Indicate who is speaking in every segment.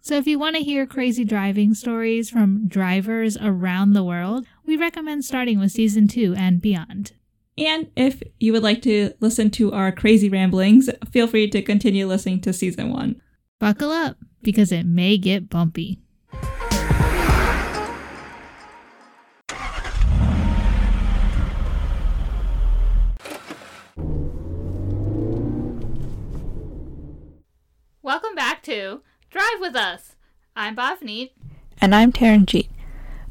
Speaker 1: So if you want to hear crazy driving stories from drivers around the world, we recommend starting with season two and beyond.
Speaker 2: And if you would like to listen to our crazy ramblings, feel free to continue listening to season one.
Speaker 1: Buckle up because it may get bumpy. Welcome back to Drive with Us. I'm Bhavneet.
Speaker 3: And I'm Taranjeet.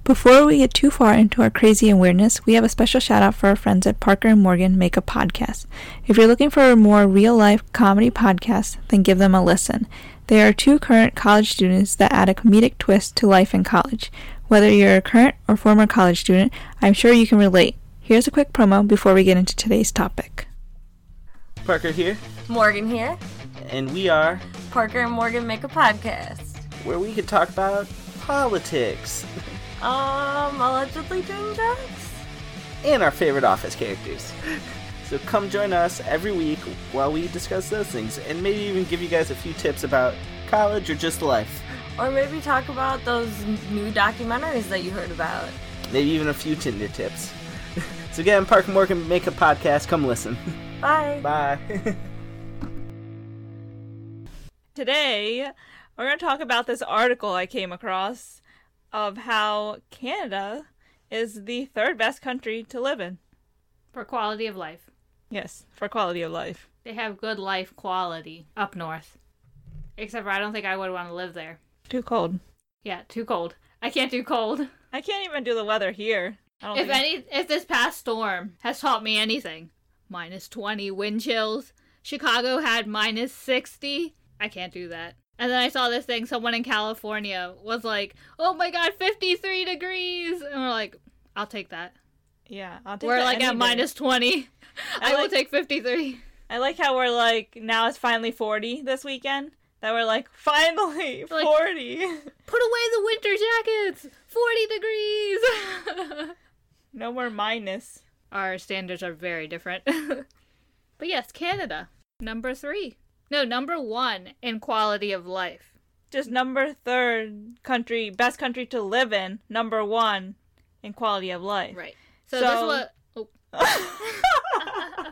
Speaker 3: Before we get too far into our crazy awareness, we have a special shout out for our friends at Parker and Morgan Make a Podcast. If you're looking for a more real life comedy podcast, then give them a listen. They are two current college students that add a comedic twist to life in college. Whether you're a current or former college student, I'm sure you can relate. Here's a quick promo before we get into today's topic.
Speaker 4: Parker here,
Speaker 5: Morgan here.
Speaker 4: and we are
Speaker 5: Parker and Morgan make a podcast.
Speaker 4: where we could talk about politics
Speaker 5: Um, allegedly doing drugs?
Speaker 4: and our favorite office characters. So come join us every week while we discuss those things and maybe even give you guys a few tips about college or just life.
Speaker 5: Or maybe talk about those new documentaries that you heard about.
Speaker 4: Maybe even a few Tinder tips. So again, Parker Morgan make a podcast. Come listen.
Speaker 5: Bye.
Speaker 4: Bye.
Speaker 6: today we're going to talk about this article I came across of how Canada is the third best country to live in.
Speaker 1: For quality of life,
Speaker 6: Yes, for quality of life.
Speaker 1: they have good life quality up north. Except for I don't think I would want to live there.
Speaker 6: Too cold.
Speaker 1: Yeah, too cold. I can't do cold.
Speaker 6: I can't even do the weather here. I don't
Speaker 1: If
Speaker 6: think
Speaker 1: any, if this past storm has taught me anything, minus twenty wind chills. Chicago had minus sixty. I can't do that. And then I saw this thing. Someone in California was like, "Oh my god, fifty-three degrees," and we're like, "I'll take that."
Speaker 6: yeah, I'll take
Speaker 1: we're
Speaker 6: that
Speaker 1: like
Speaker 6: any
Speaker 1: at
Speaker 6: day.
Speaker 1: minus twenty. I,
Speaker 6: I
Speaker 1: will
Speaker 6: like-
Speaker 1: take fifty-three.
Speaker 6: I like how we're like now it's finally 40 this weekend. That we're like finally
Speaker 1: Like-
Speaker 6: 40.
Speaker 1: Put away the winter jackets. Forty degrees.
Speaker 6: no more minus.
Speaker 1: our standards are very different. but yes, Canada, number three. No, number one in quality of life.
Speaker 6: Just number third country, best country to live in, number one in quality of life.
Speaker 1: Right. So,
Speaker 6: So-
Speaker 1: this was. Oh,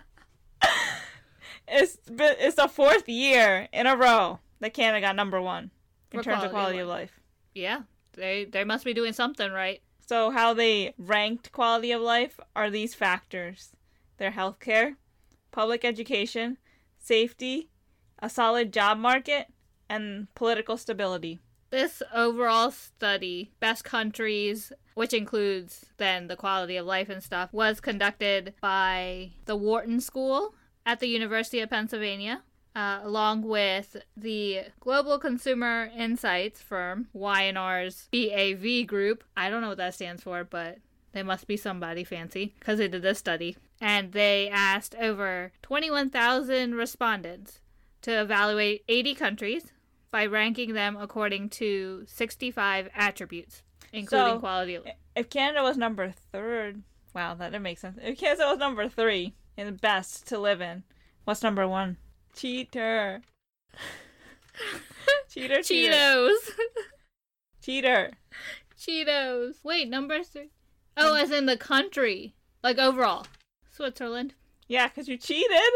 Speaker 6: it's been- it's the fourth year in a row that Canada got number one in
Speaker 1: For
Speaker 6: terms of
Speaker 1: quality
Speaker 6: quality
Speaker 1: of
Speaker 6: of life.
Speaker 1: yeah, they they must be doing something right.
Speaker 6: So how they ranked quality of life are these factors: their healthcare, public education, safety, a solid job market, and political stability.
Speaker 1: This overall study, best countries, which includes then the quality of life and stuff, was conducted by the Wharton School at the University of Pennsylvania, uh, along with the Global Consumer Insights firm, Y&R's BAV Group. I don't know what that stands for, but they must be somebody fancy because they did this study. And they asked over 21,000 respondents to evaluate 80 countries by ranking them according to 65 attributes, including
Speaker 6: So-
Speaker 1: quality of
Speaker 6: If Canada was number third, wow, that didn't make sense. If Canada was number three in the best to live in, what's number one? Cheater. cheater. Cheater.
Speaker 1: Cheetos.
Speaker 6: Cheater.
Speaker 1: Cheetos. Wait, number three. Oh, as in the country, like overall. Switzerland.
Speaker 6: Yeah, 'cause you cheated.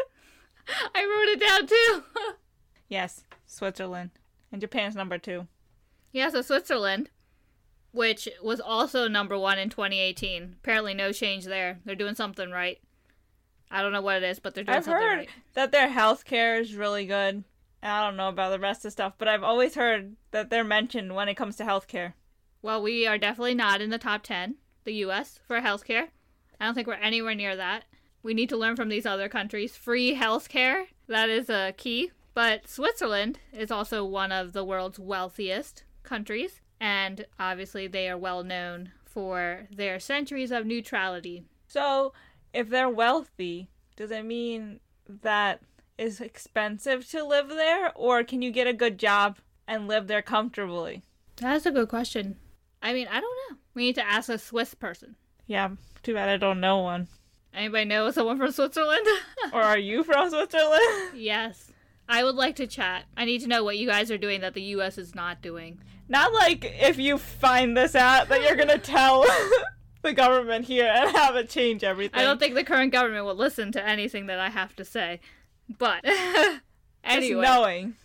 Speaker 1: I wrote it down too.
Speaker 6: Yes, Switzerland. And Japan's number two.
Speaker 1: yeah, so Switzerland, which was also number one in 2018. Apparently, no change there. They're doing something right. I don't know what it is, but they're doing
Speaker 6: I've
Speaker 1: something
Speaker 6: heard
Speaker 1: right.
Speaker 6: that their health care is really good. I don't know about the rest of stuff, but I've always heard that they're mentioned when it comes to health care.
Speaker 1: Well, we are definitely not in the top 10, the US, for healthcare. I don't think we're anywhere near that. We need to learn from these other countries. Free healthcare, that is a key. But Switzerland is also one of the world's wealthiest countries.
Speaker 7: and obviously they are well known for their centuries of neutrality.
Speaker 6: So, if they're wealthy, does it mean that it's expensive to live there, or can you get a good job and live there comfortably?
Speaker 7: That's a good question. I mean, I don't know. We need to ask a Swiss person.
Speaker 6: Yeah, too bad I don't know one.
Speaker 7: Anybody know someone from Switzerland?
Speaker 6: or are you from Switzerland?
Speaker 7: yes. I would like to chat. I need to know what you guys are doing that the US is not doing.
Speaker 6: Not like if you find this out that you're gonna tell the government here and have it change everything.
Speaker 7: I don't think the current government will listen to anything that I have to say. But
Speaker 6: Just
Speaker 7: anyway.
Speaker 6: knowing.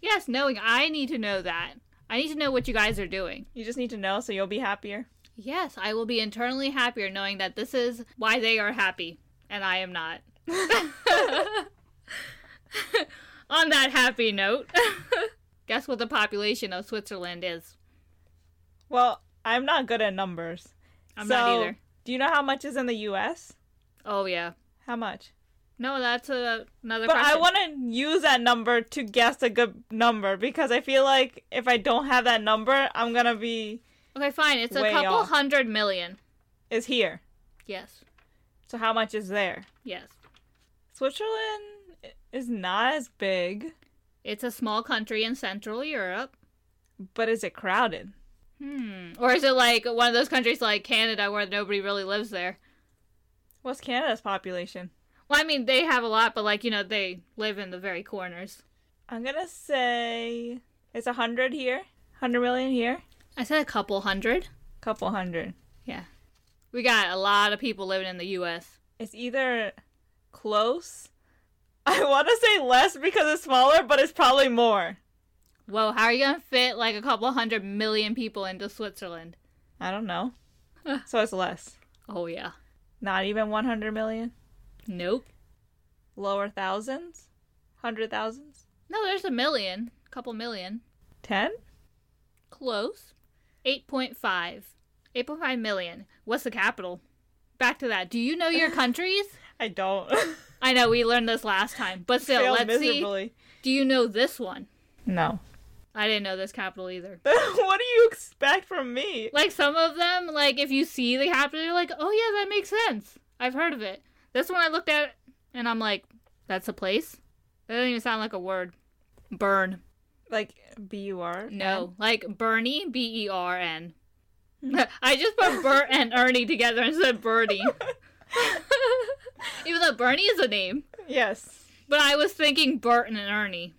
Speaker 7: Yes, knowing I need to know that. I need to know what you guys are doing.
Speaker 6: You just need to know so you'll be happier.
Speaker 7: Yes, I will be internally happier knowing that this is why they are happy and I am not. On that happy note, guess what the population of Switzerland is?
Speaker 6: Well, I'm not good at numbers.
Speaker 7: I'm
Speaker 6: so,
Speaker 7: not either.
Speaker 6: Do you know how much is in the US?
Speaker 7: Oh, yeah.
Speaker 6: How much?
Speaker 7: No, that's a, another
Speaker 6: But
Speaker 7: question.
Speaker 6: I want to use that number to guess a good number because I feel like if I don't have that number, I'm going to be
Speaker 7: okay, fine. It's a
Speaker 6: Way
Speaker 7: couple
Speaker 6: off.
Speaker 7: hundred million.
Speaker 6: is here.
Speaker 7: Yes.
Speaker 6: So how much is there?
Speaker 7: Yes.
Speaker 6: Switzerland is not as big,
Speaker 7: It's a small country in Central Europe.
Speaker 6: but is it crowded?
Speaker 7: Hmm. Or is it like one of those countries like Canada where nobody really lives there?
Speaker 6: What's Canada's population?
Speaker 7: Well, I mean, they have a lot, but like, you know, they live in the very corners.
Speaker 6: I'm going to say it's 100 here, 100 million here,
Speaker 7: I said a couple hundred.
Speaker 6: couple hundred.
Speaker 7: Yeah. We got a lot of people living in the US.
Speaker 6: It's either close. I want to say less because it's smaller, but it's probably more.
Speaker 7: Whoa, how are you going to fit like a couple hundred million people into Switzerland?
Speaker 6: I don't know. so it's less.
Speaker 7: Oh, yeah.
Speaker 6: Not even 100 million.
Speaker 7: Nope.
Speaker 6: Lower thousands? Hundred thousands?
Speaker 7: No, there's a million. Couple million.
Speaker 6: Ten?
Speaker 7: Close. 8.5. 8.5 million. What's the capital? Back to that. Do you know your countries?
Speaker 6: I don't.
Speaker 7: I know we learned this last time, but still,
Speaker 6: Failed
Speaker 7: let's see.
Speaker 6: miserably.
Speaker 7: Do you know this one?
Speaker 6: No.
Speaker 7: I didn't know this capital either.
Speaker 6: what do you expect from me?
Speaker 7: Like some of them, like if you see the capital, you're like, oh yeah, that makes sense. I've heard of it. This one I looked at and I'm like, that's a place. That doesn't even sound like a word. Burn.
Speaker 6: Like B U R?
Speaker 7: No, like Bernie, B E R N. I just put Bert and Ernie together and said Bernie. even though Bernie is a name,
Speaker 6: Yes.
Speaker 7: but I was thinking Bert and Ernie.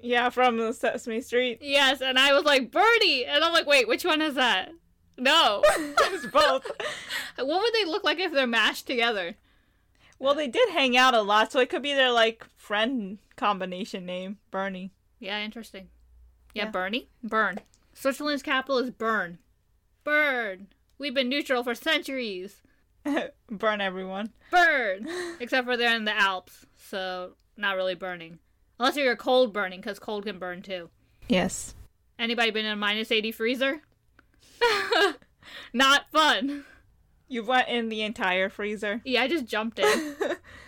Speaker 6: Yeah, from the Sesame Street.
Speaker 7: Yes, and I was like Bernie, and I'm like, wait, which one is that? No.
Speaker 6: It's both.
Speaker 7: what would they look like if they're mashed together?
Speaker 6: well, they did hang out a lot, so it could be their like friend combination name, Bernie.
Speaker 7: Yeah, interesting. Yeah,
Speaker 6: Yeah.
Speaker 7: Bernie. Bern. Switzerland's capital is Bern. Bern. We've been neutral for centuries.
Speaker 6: Burn everyone.
Speaker 7: Bern. Except for they're in the Alps, so not really burning. Unless you're cold burning, because cold can burn too.
Speaker 6: Yes.
Speaker 7: Anybody been in a minus 80 freezer? not fun.
Speaker 6: You went in the entire freezer.
Speaker 7: Yeah, I just jumped in.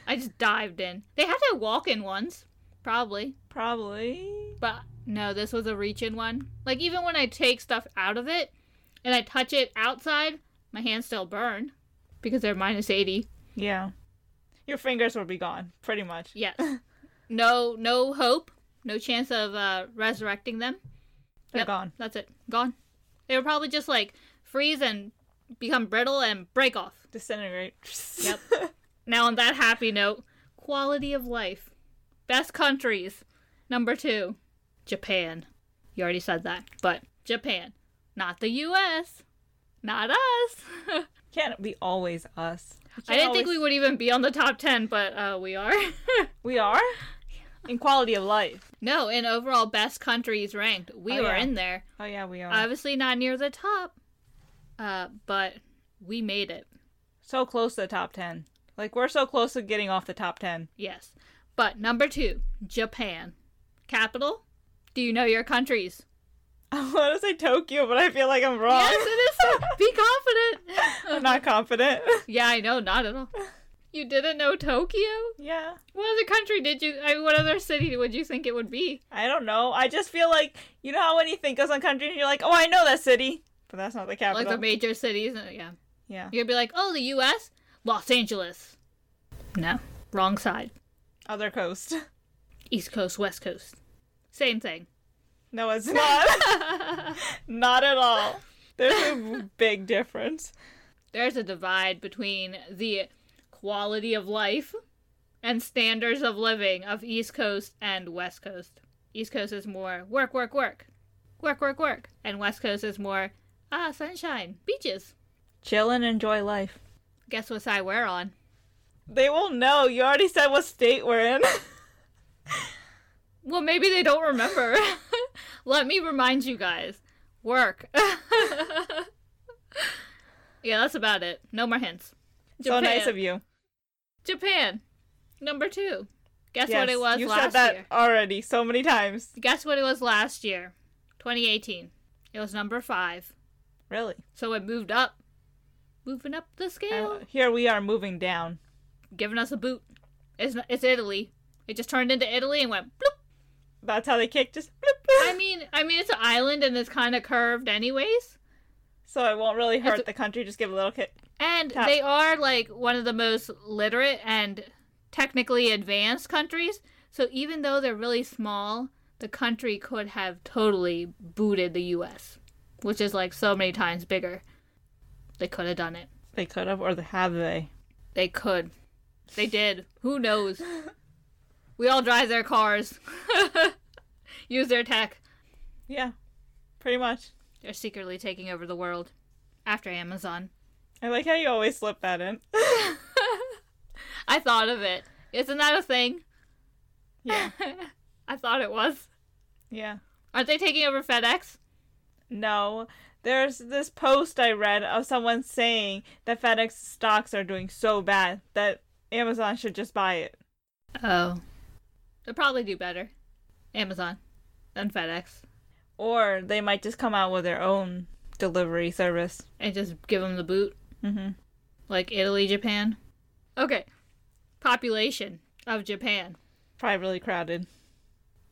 Speaker 7: I just dived in. They had to walk in once, probably.
Speaker 6: Probably.
Speaker 7: But no, this was a reach in one. Like even when I take stuff out of it and I touch it outside, my hands still burn because they're minus 80.
Speaker 6: Yeah. Your fingers will be gone, pretty much.
Speaker 7: Yes. no no hope, no chance of uh resurrecting them.
Speaker 6: They're
Speaker 7: Yep,
Speaker 6: gone.
Speaker 7: That's it. Gone. They were probably just like freeze and become brittle and break off.
Speaker 6: Disintegrate.
Speaker 7: Yep. now on that happy note, quality of life. Best countries. Number 2, Japan. You already said that, but Japan, not the US, not us.
Speaker 6: Can't be always us.
Speaker 7: I didn't think we would even be on the top 10, but uh, we are.
Speaker 6: We are? In quality of life.
Speaker 7: no, in overall best countries ranked, we
Speaker 6: Oh,
Speaker 7: were
Speaker 6: yeah.
Speaker 7: in there.
Speaker 6: Oh, yeah, we are.
Speaker 7: Obviously not near the top, uh, but we made it.
Speaker 6: so close to the top 10. Like, we're so close to getting off the top 10.
Speaker 7: Yes. But number 2, Japan. Capital? Do you know your countries?
Speaker 6: I want to say Tokyo, but I feel like I'm wrong.
Speaker 7: Yes, it is. So. Be confident.
Speaker 6: I'm not confident.
Speaker 7: yeah, I know. Not at all. You didn't know Tokyo?
Speaker 6: Yeah.
Speaker 7: What other country did you? I mean, what other city would you think it would be?
Speaker 6: I don't know. I just feel like you know how when you think of some country and you're like, oh, I know that city, but that's not the capital.
Speaker 7: Like the major cities? uh, Yeah.
Speaker 6: yeah.
Speaker 7: You'd be like, oh, the U.S., Los Angeles. No, wrong side.
Speaker 6: Other coast.
Speaker 7: East Coast, West Coast. Same thing.
Speaker 6: No, it's not. not at all. There's a big difference.
Speaker 7: There's a divide between the quality of life and standards of living of East Coast and West Coast. East Coast is more work, work, work, work, work, work, and West Coast is more ah sunshine, beaches.
Speaker 6: Chill and enjoy life.
Speaker 7: Guess what side we're on?
Speaker 6: They won't know. You already said what state we're in.
Speaker 7: Well, maybe they don't remember. Let me remind you guys. Work. yeah, that's about it. No more hints.
Speaker 6: so nice of you.
Speaker 7: Japan, number two. Guess what it was
Speaker 6: you
Speaker 7: last
Speaker 6: said that
Speaker 7: year.
Speaker 6: already so many times.
Speaker 7: Guess what it was last year, 2018. It was number five,
Speaker 6: Really?
Speaker 7: so it moved up, moving up the scale,
Speaker 6: And Uh, here we are moving down.
Speaker 7: giving us a boot. It's not, it's Italy. It just turned into Italy and went bloop.
Speaker 6: That's how they kicked us. Bloop, bloop.
Speaker 7: I mean, I mean it's an island and it's kind of curved anyways.
Speaker 6: So it won't really hurt
Speaker 7: It's-
Speaker 6: the country. Just give a little kick.
Speaker 7: And
Speaker 6: Top.
Speaker 7: they are like one of the most literate and technically advanced countries. So even though they're really small, the country could have totally booted the US, which is like so many times bigger. They could have done it.
Speaker 6: They could have, or have they?
Speaker 7: They could. They did. Who knows? We all drive their cars, use their tech.
Speaker 6: Yeah, pretty much.
Speaker 7: They're secretly taking over the world after Amazon.
Speaker 6: I like how you always slip that in.
Speaker 7: I thought of it. Isn't that a thing?
Speaker 6: yeah,
Speaker 7: I thought it was.
Speaker 6: yeah.
Speaker 7: Aren't they taking over FedEx?
Speaker 6: No, there's this post I read of someone saying that FedEx stocks are doing so bad that Amazon should just buy it.
Speaker 7: Oh. They'll probably do better. Amazon than FedEx.
Speaker 6: Or they might just come out with their own delivery service.
Speaker 7: And just give them the boot.
Speaker 6: Mhm.
Speaker 7: Like Italy, Japan. Okay. Population of Japan.
Speaker 6: Probably really crowded.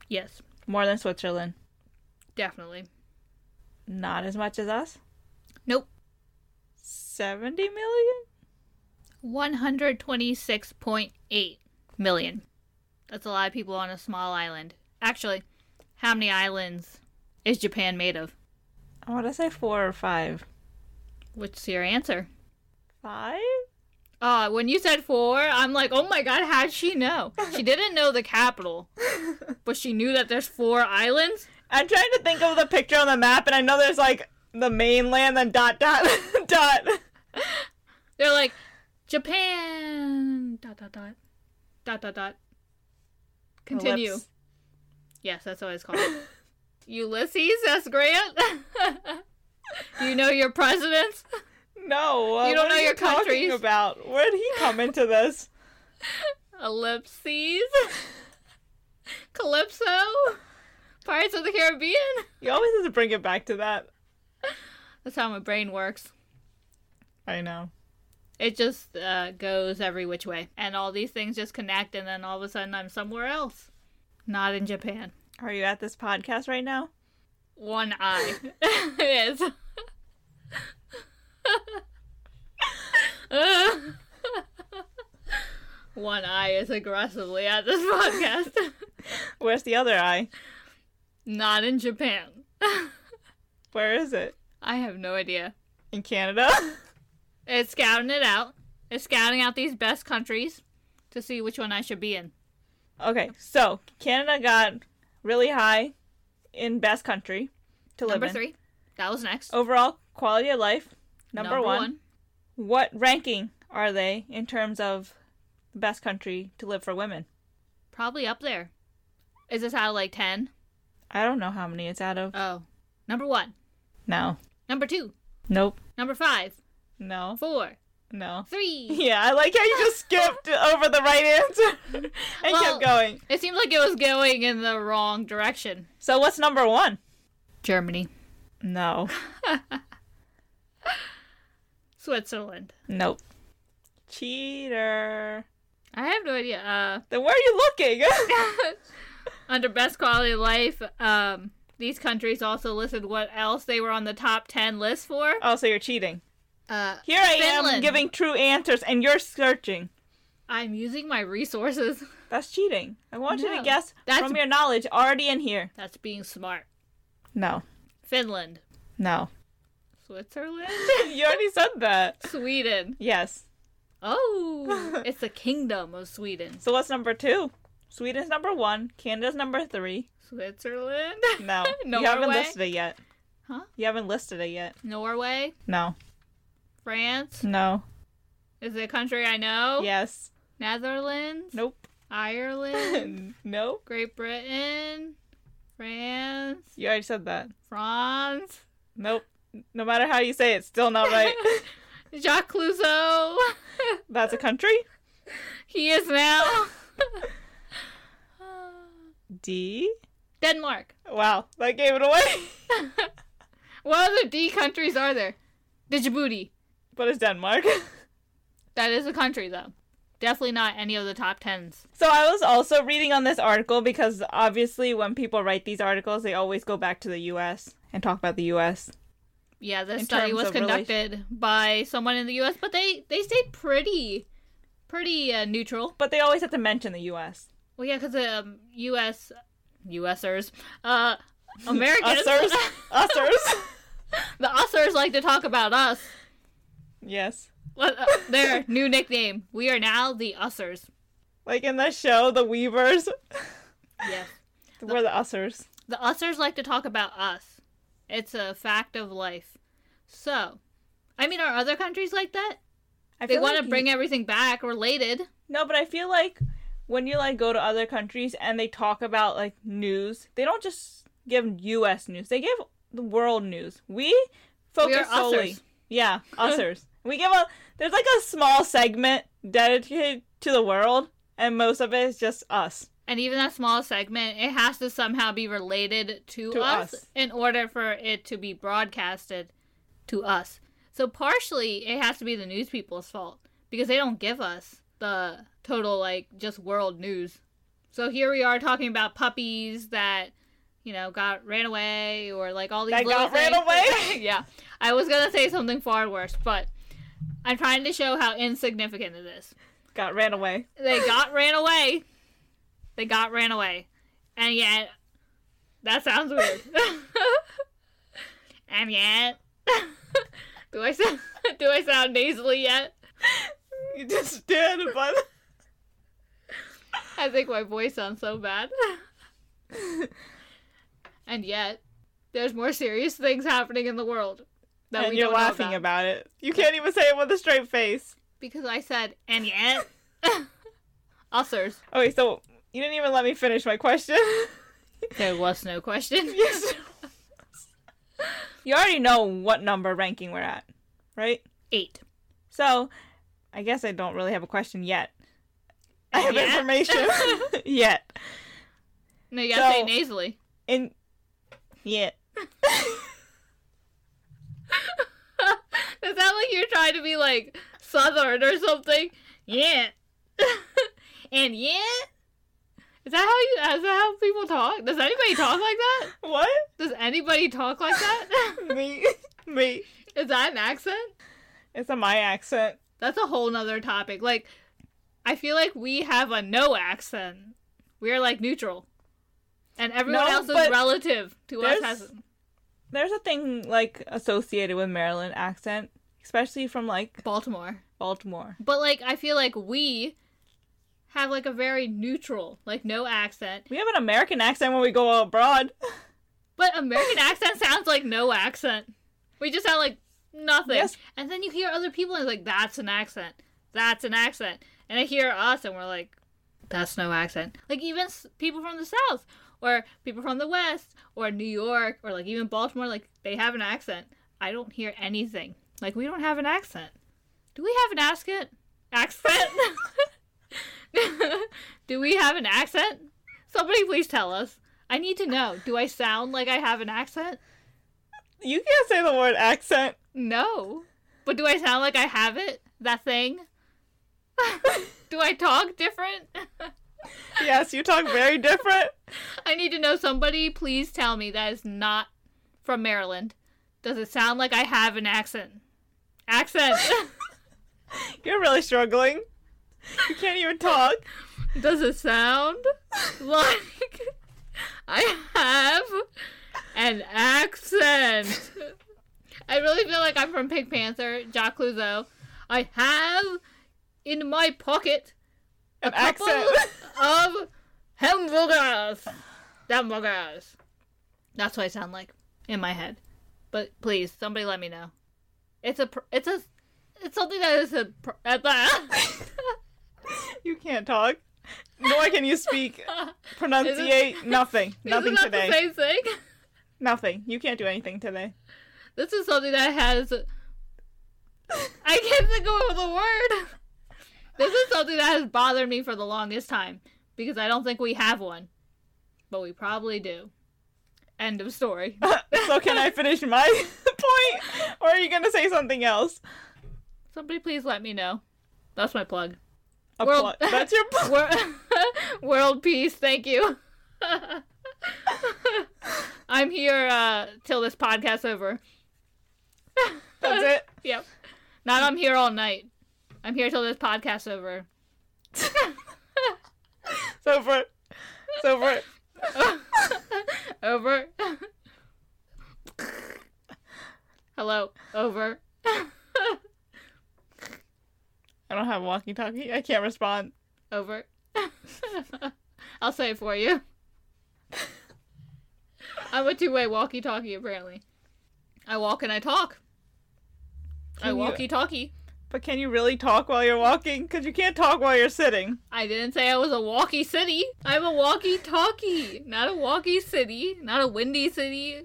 Speaker 7: Yes,
Speaker 6: More than Switzerland.
Speaker 7: definitely.
Speaker 6: Not as much as us.
Speaker 7: Nope.
Speaker 6: 70 million?
Speaker 7: 126.8 million. That's a lot of people on a small island. Actually, how many islands is Japan made of?
Speaker 6: I want to say four or five.
Speaker 7: What's your answer?
Speaker 6: Five?
Speaker 7: Uh, when you said four, I'm like, oh my god, how'd she know? She didn't know the capital, but she knew that there's four islands.
Speaker 6: I'm trying to think of the picture on the map, and I know there's like the mainland, then dot, dot, dot.
Speaker 7: They're like, Japan. Dot dot dot, dot dot dot. Continue.
Speaker 6: Ellipse.
Speaker 7: Yes, that's what it's called. Ulysses S. Grant. you know your presidents.
Speaker 6: No. uh,
Speaker 7: You don't
Speaker 6: what
Speaker 7: know
Speaker 6: are
Speaker 7: your
Speaker 6: talking
Speaker 7: countries.
Speaker 6: about? Where did he come into this?
Speaker 7: Ellipses. Calypso. Pirates of the Caribbean.
Speaker 6: You always have to bring it back to that.
Speaker 7: That's how my brain works.
Speaker 6: I know.
Speaker 7: It just uh, goes every which way. And all these things just connect, and then all of a sudden I'm somewhere else. Not in Japan.
Speaker 6: Are you at this podcast right now?
Speaker 7: One eye. it is. One eye is aggressively at this podcast.
Speaker 6: Where's the other eye?
Speaker 7: Not in Japan.
Speaker 6: Where is it?
Speaker 7: I have no idea.
Speaker 6: In Canada?
Speaker 7: It's scouting it out. It's scouting out these best countries to see which one I should be in.
Speaker 6: okay, so Canada got really high in best country to live
Speaker 7: Number
Speaker 6: in.
Speaker 7: three. That was next.
Speaker 6: Overall quality of life, number, one. what ranking are they in terms of the best country to live for women?
Speaker 7: Probably up there. Is this out of like 10?
Speaker 6: I don't know how many it's out of.
Speaker 7: Oh. Number one.
Speaker 6: No.
Speaker 7: Number two.
Speaker 6: Nope.
Speaker 7: Number five.
Speaker 6: No.
Speaker 7: Four.
Speaker 6: No.
Speaker 7: Three.
Speaker 6: Yeah, I like how you just skipped over the right answer and
Speaker 7: Well-
Speaker 6: kept going.
Speaker 7: It seemed like it was going in the wrong direction.
Speaker 6: So what's number one?
Speaker 7: Germany.
Speaker 6: No.
Speaker 7: Switzerland.
Speaker 6: Nope. Cheater.
Speaker 7: I have no idea. Uh,
Speaker 6: Then where are you looking?
Speaker 7: under best quality of life, um, these countries also listed what else they were on the top 10 list for.
Speaker 6: oh, so you're cheating.
Speaker 7: Uh,
Speaker 6: Here I am
Speaker 7: Finland.
Speaker 6: giving true answers, and you're searching.
Speaker 7: I'm using my resources.
Speaker 6: That's cheating. I want you
Speaker 7: No.
Speaker 6: to guess
Speaker 7: That's-
Speaker 6: from your knowledge already in here.
Speaker 7: That's being smart.
Speaker 6: No,
Speaker 7: Finland,
Speaker 6: no.
Speaker 7: Switzerland,
Speaker 6: you already said that.
Speaker 7: Sweden.
Speaker 6: Yes.
Speaker 7: Oh, it's the kingdom of Sweden.
Speaker 6: So what's number two? Sweden's number one. Canada's number three.
Speaker 7: Switzerland,
Speaker 6: No, you
Speaker 7: Norway?
Speaker 6: haven't listed it yet.
Speaker 7: Huh?
Speaker 6: You haven't listed it yet.
Speaker 7: Norway,
Speaker 6: No,
Speaker 7: France
Speaker 6: no.
Speaker 7: is a country I know.
Speaker 6: Yes.
Speaker 7: Netherlands,
Speaker 6: Nope.
Speaker 7: Ireland,
Speaker 6: nope.
Speaker 7: Great Britain, France,
Speaker 6: You already said that.
Speaker 7: France,
Speaker 6: Nope. No matter how you say it, it's still not right.
Speaker 7: Jacques Clouseau.
Speaker 6: That's a country.
Speaker 7: he is now
Speaker 6: D.
Speaker 7: Denmark.
Speaker 6: Wow, that gave it away.
Speaker 7: What other D countries are there? Djibouti.
Speaker 6: but it's Denmark.
Speaker 7: That is a country though. Definitely not any of the top tens.
Speaker 6: So I was also reading on this article because obviously when people write these articles, they always go back to the U.S. and talk about the U.S.
Speaker 7: Yeah, this
Speaker 6: In
Speaker 7: study
Speaker 6: terms
Speaker 7: was
Speaker 6: of rela-
Speaker 7: conducted by someone in the U.S., but they they stayed pretty, pretty uh, neutral.
Speaker 6: But they always have to mention the U.S.
Speaker 7: Well, yeah, because um, U.S. U.S.ers, uh, Americans,
Speaker 6: Ussers, ussers.
Speaker 7: the ussers like to talk about us.
Speaker 6: yes.
Speaker 7: What, uh, their new nickname. We are now the ussers.
Speaker 6: Like in the show, the Weavers.
Speaker 7: Yes,
Speaker 6: We're the ussers.
Speaker 7: the ussers like to talk about us. It's a fact of life. So, I mean, are other countries like that?
Speaker 6: I
Speaker 7: They
Speaker 6: feel
Speaker 7: want
Speaker 6: like
Speaker 7: to
Speaker 6: you-
Speaker 7: bring everything back related.
Speaker 6: No, but I feel like when you like go to other countries and they talk about like news, they don't just give U.S. news. They give the world news. We focus
Speaker 7: We are
Speaker 6: solely.
Speaker 7: ussers.
Speaker 6: Yeah, users. we give a there's like a small segment dedicated to the world, and most of it is just us.
Speaker 7: and even that small segment, it has to somehow be related to,
Speaker 6: To
Speaker 7: us,
Speaker 6: us.
Speaker 7: in order for it to be broadcasted to us. So partially, it has to be the news people's fault because they don't give us the total like just world news. So here we are talking about puppies that you know got ran away or like all these
Speaker 6: That
Speaker 7: little
Speaker 6: got ran
Speaker 7: things.
Speaker 6: away?
Speaker 7: yeah, I was gonna say something far worse, but I'm trying to show how insignificant it is
Speaker 6: Got ran away.
Speaker 7: they got ran away. They got ran away. And yet, that sounds weird. and yet, do I sound do I sound nasally yet?
Speaker 6: You just did, but
Speaker 7: I think my voice sounds so bad. and yet, there's more serious things happening in the world that
Speaker 6: and
Speaker 7: we
Speaker 6: you're
Speaker 7: don't know
Speaker 6: laughing
Speaker 7: about.
Speaker 6: about it. You can't even say it with a straight face.
Speaker 7: because I said and yet. Ussers.
Speaker 6: Okay, so you didn't even let me finish my question.
Speaker 7: There was no question.
Speaker 6: Yes. you already know what number ranking we're at, right?
Speaker 7: Eight.
Speaker 6: So, I guess I don't really have a question yet. I have
Speaker 7: Yet?
Speaker 6: information yet.
Speaker 7: No, you gotta say
Speaker 6: So-
Speaker 7: nasally.
Speaker 6: In yet.
Speaker 7: Is that like you're trying to be like Southern or something? Yeah. and yeah. Is that how you? Is that how people talk? Does anybody talk like that?
Speaker 6: What?
Speaker 7: Does anybody talk like that?
Speaker 6: Me. Me.
Speaker 7: Is that an accent?
Speaker 6: It's a my accent.
Speaker 7: That's a whole nother topic. Like, I feel like we have a no accent. We're like neutral, and everyone
Speaker 6: No,
Speaker 7: else is
Speaker 6: but
Speaker 7: relative to us.
Speaker 6: there's-
Speaker 7: Has
Speaker 6: There's a thing like associated with Maryland accent, especially from like
Speaker 7: Baltimore,
Speaker 6: Baltimore.
Speaker 7: but like I feel like we have like a very neutral, like no accent.
Speaker 6: We have an American accent when we go abroad.
Speaker 7: But American accent sounds like no accent. We just sound like nothing.
Speaker 6: Yes.
Speaker 7: And then you hear other people and it's like, that's an accent. That's an accent. And I hear us and we're like, that's no accent. Like even s- people from the South or people from the West or New York or like even Baltimore, like they have an accent. I don't hear anything. Like we don't have an accent. Do we have an accent? Accent? Do we have an accent? Somebody please tell us. I need to know. Do I sound like I have an accent?
Speaker 6: You can't say the word accent.
Speaker 7: No. But do I sound like I have it? That thing? Do I talk different?
Speaker 6: Yes, you talk very different.
Speaker 7: I need to know somebody, please tell me that is not from Maryland. Does it sound like I have an accent? Accent.
Speaker 6: You're really struggling. You can't even talk.
Speaker 7: Does it sound like I have an accent? I really feel like I'm from Pink Panther, Jack Cluzo. I have in my pocket
Speaker 6: An
Speaker 7: couple
Speaker 6: accent.
Speaker 7: of hamburgers. Hamburgers. That's what I sound like in my head. But please, somebody let me know. It's a, pr- it's a, it's something that is a. Pr-
Speaker 6: You can't talk. Nor can you speak. Pronunciate nothing. Nothing
Speaker 7: Isn't that
Speaker 6: today.
Speaker 7: the same thing?
Speaker 6: Nothing. You can't do anything today.
Speaker 7: This is something that has. I can't think of the word. This is something that has bothered me for the longest time because I don't think we have one, but we probably do. End of story.
Speaker 6: so can I finish my point? Or are you gonna say something else?
Speaker 7: Somebody please let me know. That's my plug.
Speaker 6: A
Speaker 7: Well-
Speaker 6: plot. That's your plot.
Speaker 7: Wor- World peace. Thank you. I'm here uh, till this podcast over.
Speaker 6: That's it.
Speaker 7: Yep. Not I'm here all night. I'm here till this podcast over.
Speaker 6: It's over. It's over.
Speaker 7: Over. Hello. Over.
Speaker 6: I don't have walkie talkie. I can't respond.
Speaker 7: Over. I'll say it for you. I'm a two way walkie talkie, apparently. I walk and I talk. I
Speaker 6: you-
Speaker 7: walkie talkie.
Speaker 6: But can you really talk while you're walking? Because you can't talk while you're sitting.
Speaker 7: I didn't say I was a walkie city. I'm a walkie talkie, not a walkie city, not a windy city,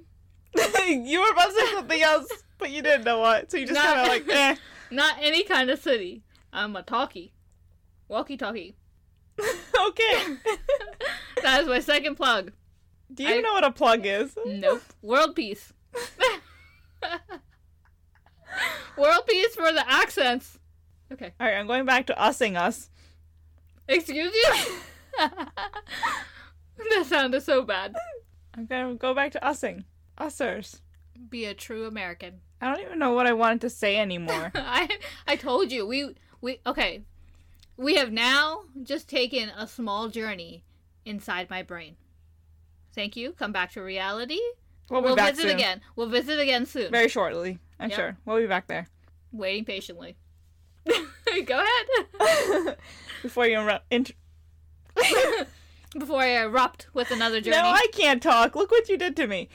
Speaker 6: you were about to say something else, but you didn't know what. So you just
Speaker 7: No.
Speaker 6: kind of like, eh.
Speaker 7: not any kind of city. I'm a talkie. Walkie talkie.
Speaker 6: Okay.
Speaker 7: That is my second plug.
Speaker 6: Do you
Speaker 7: I-
Speaker 6: know what a plug is?
Speaker 7: Nope. World peace. World peace for the accents. Okay.
Speaker 6: All right, I'm going back to using us.
Speaker 7: Excuse you? that sounded so bad.
Speaker 6: I'm gonna go back to using. Ussers.
Speaker 7: Be a true American.
Speaker 6: I don't even know what I wanted to say anymore.
Speaker 7: I I told you we we okay. We have now just taken a small journey inside my brain. Thank you. Come back to reality.
Speaker 6: We'll be
Speaker 7: We'll
Speaker 6: back
Speaker 7: visit
Speaker 6: soon.
Speaker 7: again. We'll visit again soon.
Speaker 6: Very shortly, I'm
Speaker 7: Yep.
Speaker 6: sure. We'll be back there.
Speaker 7: Waiting patiently. Go ahead.
Speaker 6: Before you erupt. Int-
Speaker 7: Before I erupt with another journey.
Speaker 6: no, I can't talk. Look what you did to me.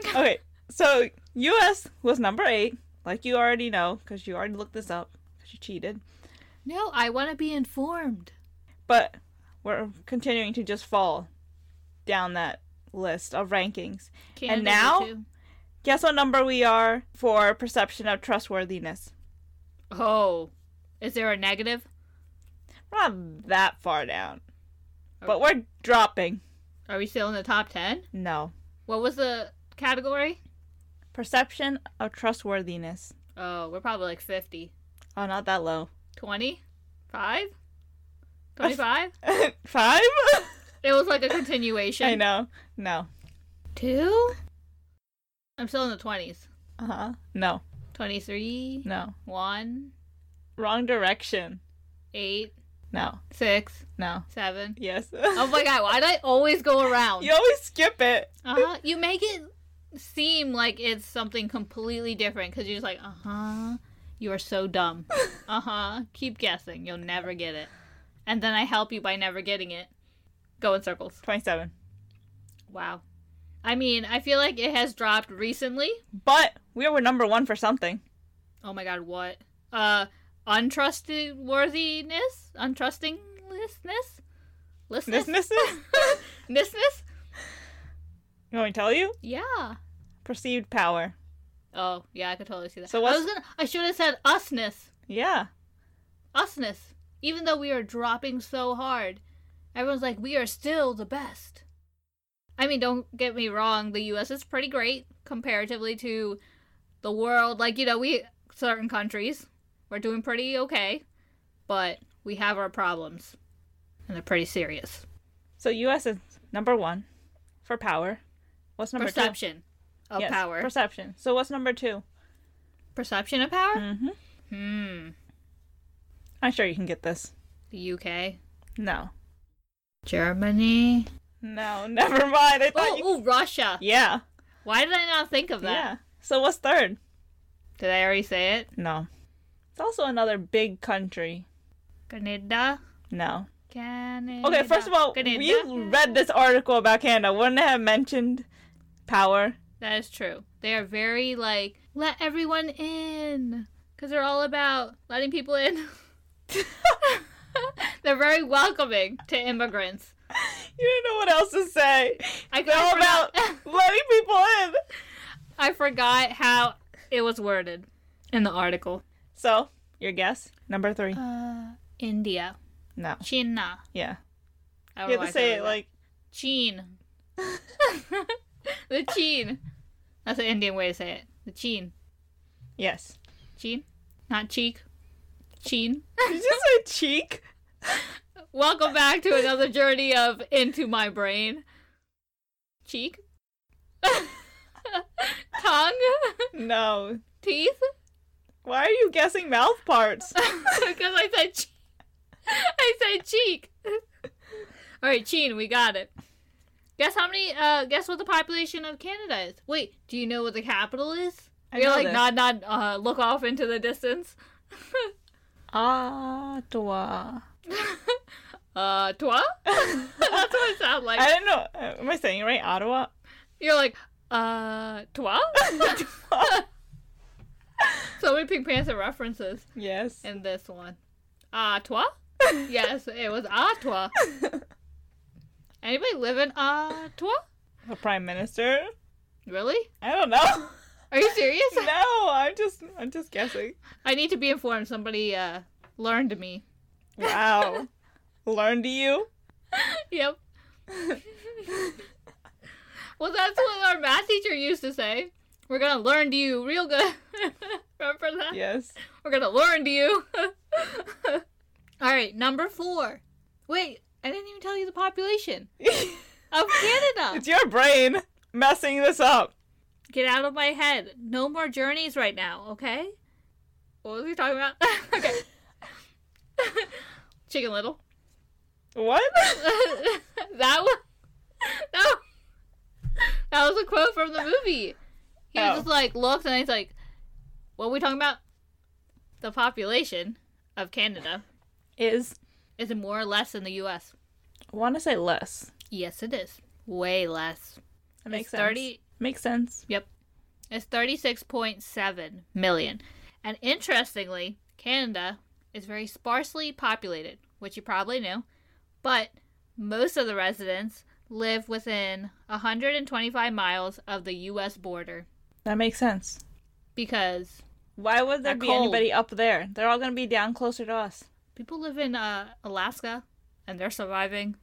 Speaker 6: Okay, so US was number eight, like you already know, because you already looked this up, because you cheated.
Speaker 7: No, I want to be informed.
Speaker 6: But we're continuing to just fall down that list of rankings.
Speaker 7: Canada did
Speaker 6: now?
Speaker 7: too.
Speaker 6: Guess what number we are for perception of trustworthiness?
Speaker 7: Oh, is there a negative?
Speaker 6: We're not that far down, but we're dropping.
Speaker 7: Are we still in the top ten?
Speaker 6: No.
Speaker 7: What was the category?
Speaker 6: Perception of trustworthiness.
Speaker 7: Oh, we're probably like 50.
Speaker 6: Oh, not that low.
Speaker 7: 20? 5? 25?
Speaker 6: Five?
Speaker 7: it was like a continuation.
Speaker 6: I know. No.
Speaker 7: Two? I'm still in the 20s.
Speaker 6: Uh huh. No.
Speaker 7: 23,
Speaker 6: No.
Speaker 7: 1,
Speaker 6: Wrong direction.
Speaker 7: 8,
Speaker 6: No.
Speaker 7: 6,
Speaker 6: No.
Speaker 7: 7.
Speaker 6: Yes.
Speaker 7: Oh my god, why do I always go around?
Speaker 6: you always skip it.
Speaker 7: Uh-huh. You make it seem like it's something completely different because you're just like, uh huh, you are so dumb. Uh huh, keep guessing. You'll never get it. And then I help you by never getting it. Go in circles.
Speaker 6: 27.
Speaker 7: Wow. I mean, I feel like it has dropped recently.
Speaker 6: But we were number one for something.
Speaker 7: Oh my god, what? Uh, untrustworthiness? Untrustinglessness?
Speaker 6: This
Speaker 7: Listness?
Speaker 6: misses?
Speaker 7: Nissness?
Speaker 6: you want me to tell you?
Speaker 7: Yeah.
Speaker 6: Perceived power.
Speaker 7: Oh, yeah, I could totally see that.
Speaker 6: So
Speaker 7: So I
Speaker 6: what's-
Speaker 7: was gonna, I should have said usness.
Speaker 6: Yeah.
Speaker 7: usness. Even though we are dropping so hard, everyone's like, we are still the best. I mean, don't get me wrong, the US is pretty great comparatively to the world. Like, you know, we, certain countries, we're doing pretty okay. But we have our problems, and they're pretty serious.
Speaker 6: So U.S. is number one for power. What's number
Speaker 7: Perception
Speaker 6: two?
Speaker 7: of
Speaker 6: Yes,
Speaker 7: power.
Speaker 6: Perception. So what's number two?
Speaker 7: Perception of power?
Speaker 6: Mm-hmm.
Speaker 7: Hmm.
Speaker 6: I'm sure you can get this.
Speaker 7: The UK.
Speaker 6: No.
Speaker 7: Germany.
Speaker 6: No, never mind. I thought
Speaker 7: Oh,
Speaker 6: you.
Speaker 7: ooh, Russia.
Speaker 6: Yeah.
Speaker 7: Why did I not think of that?
Speaker 6: Yeah. So what's third?
Speaker 7: Did I already say it?
Speaker 6: No. It's also another big country.
Speaker 7: Canada.
Speaker 6: No.
Speaker 7: Canada.
Speaker 6: Okay, first of all,
Speaker 7: Canada.
Speaker 6: we read this article about Canada. Wouldn't it have mentioned power?
Speaker 7: That is true. They are very like let everyone in because they're all about letting people in. they're very welcoming to immigrants.
Speaker 6: You didn't know what else to say.
Speaker 7: I
Speaker 6: They're all
Speaker 7: forgot-
Speaker 6: about letting people in.
Speaker 7: I forgot how it was worded in the article.
Speaker 6: So, your guess? Number three.
Speaker 7: Uh, India,
Speaker 6: No.
Speaker 7: China.
Speaker 6: Yeah.
Speaker 7: I
Speaker 6: You have to say it like,
Speaker 7: Chin. the Chin. That's an Indian way to say it. The Chin.
Speaker 6: yes.
Speaker 7: Chin, not cheek. Chin.
Speaker 6: Did you say cheek?
Speaker 7: Welcome back to another journey of Into My Brain. Cheek. Tongue.
Speaker 6: No.
Speaker 7: Teeth.
Speaker 6: Why are you guessing mouth parts?
Speaker 7: because I said cheek. I said cheek. All right, Chin, we got it. Guess how many? Uh, guess what the population of Canada is? Wait, do you know what the capital is?
Speaker 6: I
Speaker 7: You're
Speaker 6: know
Speaker 7: like
Speaker 6: this.
Speaker 7: nod, nod, uh, look off into the distance.
Speaker 6: Ottawa.
Speaker 7: Uh, toi? That's what it sounds like.
Speaker 6: I don't know. Uh, Am I saying it right? Ottawa?
Speaker 7: You're like, uh, toi? so many Pink Panther references
Speaker 6: Yes.
Speaker 7: in this one. Ah, toi? Yes, it was ah, toi. Anybody live in ah, toi?
Speaker 6: The prime minister?
Speaker 7: Really?
Speaker 6: I don't know.
Speaker 7: Are you serious?
Speaker 6: no, I'm just I'm just guessing.
Speaker 7: I need to be informed. Somebody uh learned me.
Speaker 6: Wow. Learn to you?
Speaker 7: Yep. well, that's what our math teacher used to say. We're gonna learn to you real good. Remember that?
Speaker 6: Yes.
Speaker 7: We're gonna learn to you. All right, number four. Wait, I didn't even tell you the population of Canada.
Speaker 6: It's your brain messing this up.
Speaker 7: Get out of my head. No more journeys right now, okay? What was he talking about? okay. Chicken Little.
Speaker 6: What?
Speaker 7: that was that, wa- that was a quote from the movie. He
Speaker 6: Oh.
Speaker 7: was just like looked and he's like, "What are we talking about? The population of Canada
Speaker 6: Is
Speaker 7: is it more or less than the U.S.?
Speaker 6: I wanna say less.
Speaker 7: Yes, it is. Way less.
Speaker 6: That makes
Speaker 7: It's 30
Speaker 6: Makes sense.
Speaker 7: Yep, it's thirty-six point seven million. And interestingly, Canada is very sparsely populated, which you probably knew, but most of the residents live within 125 miles of the U.S. border
Speaker 6: That makes sense.
Speaker 7: because
Speaker 6: Why would there
Speaker 7: They're
Speaker 6: be
Speaker 7: cold.
Speaker 6: anybody up there? They're all gonna be down closer to us.
Speaker 7: people live in uh, Alaska and they're surviving.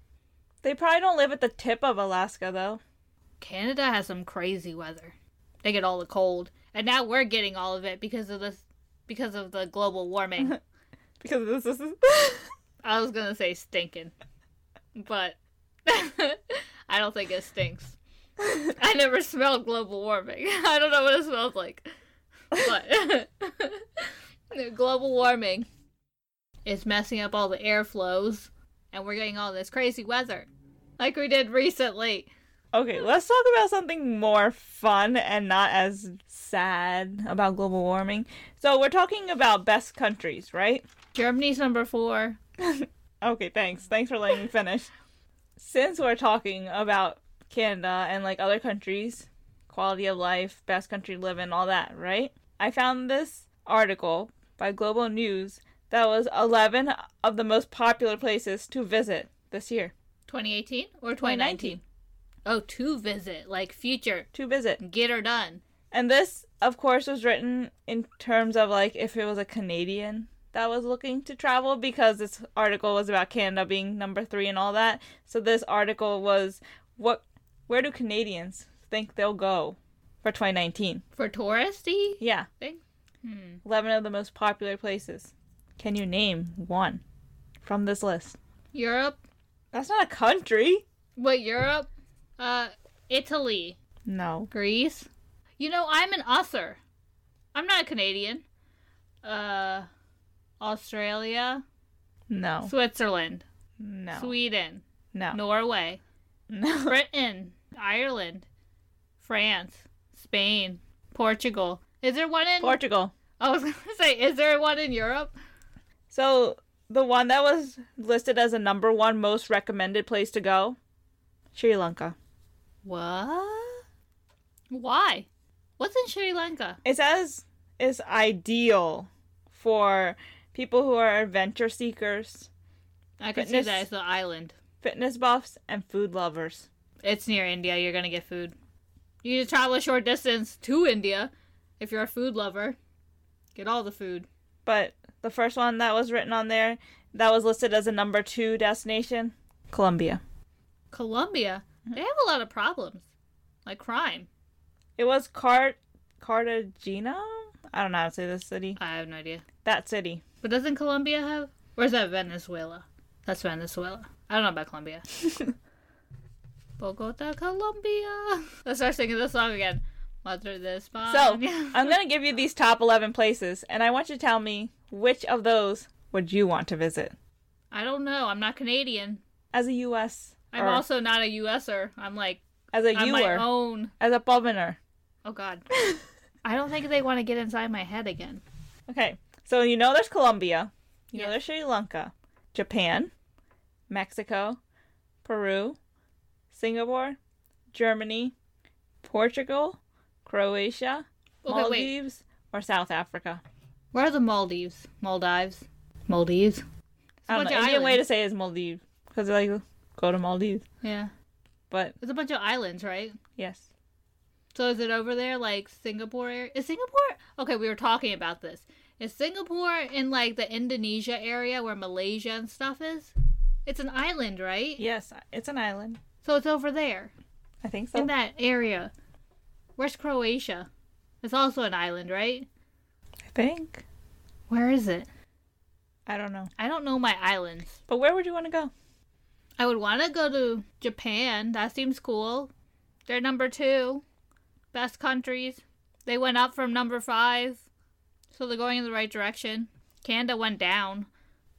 Speaker 6: They probably don't live at the tip of Alaska though.
Speaker 7: Canada has some crazy weather. They get all the cold, and now we're getting all of it because of this, because of the global warming.
Speaker 6: Because this is
Speaker 7: I was gonna say stinking, but I don't think it stinks. I never smelled global warming. I don't know what it smells like, but global warming is messing up all the airflows, and we're getting all this crazy weather, like we did recently.
Speaker 6: Okay, let's talk about something more fun and not as sad about global warming. So we're talking about best countries, right?
Speaker 7: Germany's number four.
Speaker 6: Okay, thanks. Thanks for letting me finish. Since we're talking about Canada and like other countries, quality of life, best country to live in, all that, right? I found this article by Global News that was 11 of the most popular places to visit this year.
Speaker 7: 2018 or 2019? Oh, to visit, like future.
Speaker 6: To visit.
Speaker 7: Get her done.
Speaker 6: And this, of course, was written in terms of like if it was a Canadian that was looking to travel because this article was about Canada being number three and all that. So this article was what where do Canadians think they'll go for 2019?
Speaker 7: For touristy
Speaker 6: Yeah,
Speaker 7: thing? Hmm.
Speaker 6: 11 of the most popular places. Can you name one? from this list?
Speaker 7: Europe.
Speaker 6: That's not a country.
Speaker 7: What Europe? Uh, Italy,
Speaker 6: No.
Speaker 7: Greece. You know, I'm an usser. I'm not a Canadian. Uh, Australia,
Speaker 6: No.
Speaker 7: Switzerland,
Speaker 6: No.
Speaker 7: Sweden,
Speaker 6: No.
Speaker 7: Norway,
Speaker 6: No.
Speaker 7: Britain, Ireland, France, Spain, Portugal. Is there one in?
Speaker 6: Portugal.
Speaker 7: I was gonna say, is there one in Europe?
Speaker 6: So the one that was listed as the number one most recommended place to go, Sri Lanka.
Speaker 7: What? Why? What's in Sri Lanka?
Speaker 6: It says it's ideal for people who are adventure seekers,
Speaker 7: I could
Speaker 6: Fitness.
Speaker 7: see that it's the island.
Speaker 6: fitness buffs, and food lovers.
Speaker 7: It's near India. You're gonna get food. You need to travel a short distance to India if you're a food lover. Get all the food.
Speaker 6: But the first one that was written on there, that was listed as a number two destination, Colombia.
Speaker 7: Colombia.
Speaker 6: Mm-hmm.
Speaker 7: They have a lot of problems, like crime.
Speaker 6: It was Car- Cartagena. I don't know how to say this city.
Speaker 7: I have no idea.
Speaker 6: That city.
Speaker 7: But doesn't Colombia have? Or is that Venezuela? That's Venezuela. I don't know about Colombia. Bogota, Colombia. Let's start singing this song again. Mother this
Speaker 6: So
Speaker 7: Um,
Speaker 6: I'm gonna give you these top 11 places, and I want you to tell me which of those would you want to visit
Speaker 7: I don't know. I'm not Canadian.
Speaker 6: as a U.S.
Speaker 7: I'm
Speaker 6: or
Speaker 7: also not a USer. I'm like
Speaker 6: as a
Speaker 7: I'm my
Speaker 6: Ewer,
Speaker 7: own.
Speaker 6: as a Bobbiner.
Speaker 7: Oh God. I don't think they want to get inside my head again.
Speaker 6: Okay, so you know there's Colombia, you
Speaker 7: Yes.
Speaker 6: know there's Sri Lanka, Japan, Mexico, Peru, Singapore, Germany, Portugal, Croatia,
Speaker 7: Okay, wait.
Speaker 6: Maldives, or South Africa.
Speaker 7: Where are the Maldives? Maldives? Maldives? It's a
Speaker 6: I don't
Speaker 7: bunch
Speaker 6: know.
Speaker 7: of
Speaker 6: Indian way to
Speaker 7: islands.
Speaker 6: say it is Maldives because they like go to Maldives,
Speaker 7: Yeah.
Speaker 6: but
Speaker 7: It's a bunch of islands, right?
Speaker 6: yes.
Speaker 7: So is it over there like Singapore? area- Is Singapore? Okay, we were talking about this. Is Singapore in like the Indonesia area where Malaysia and stuff is? It's an island, right?
Speaker 6: Yes, it's an island.
Speaker 7: So it's over there
Speaker 6: I think so.
Speaker 7: in that area. Where's Croatia? It's also an island, right?
Speaker 6: I think.
Speaker 7: Where is it?
Speaker 6: I don't know.
Speaker 7: I don't know my islands.
Speaker 6: But where would you want to go?
Speaker 7: I would want to go to Japan. That seems cool. They're number two, best countries. They went up from number five, so they're going in the right direction. Canada went down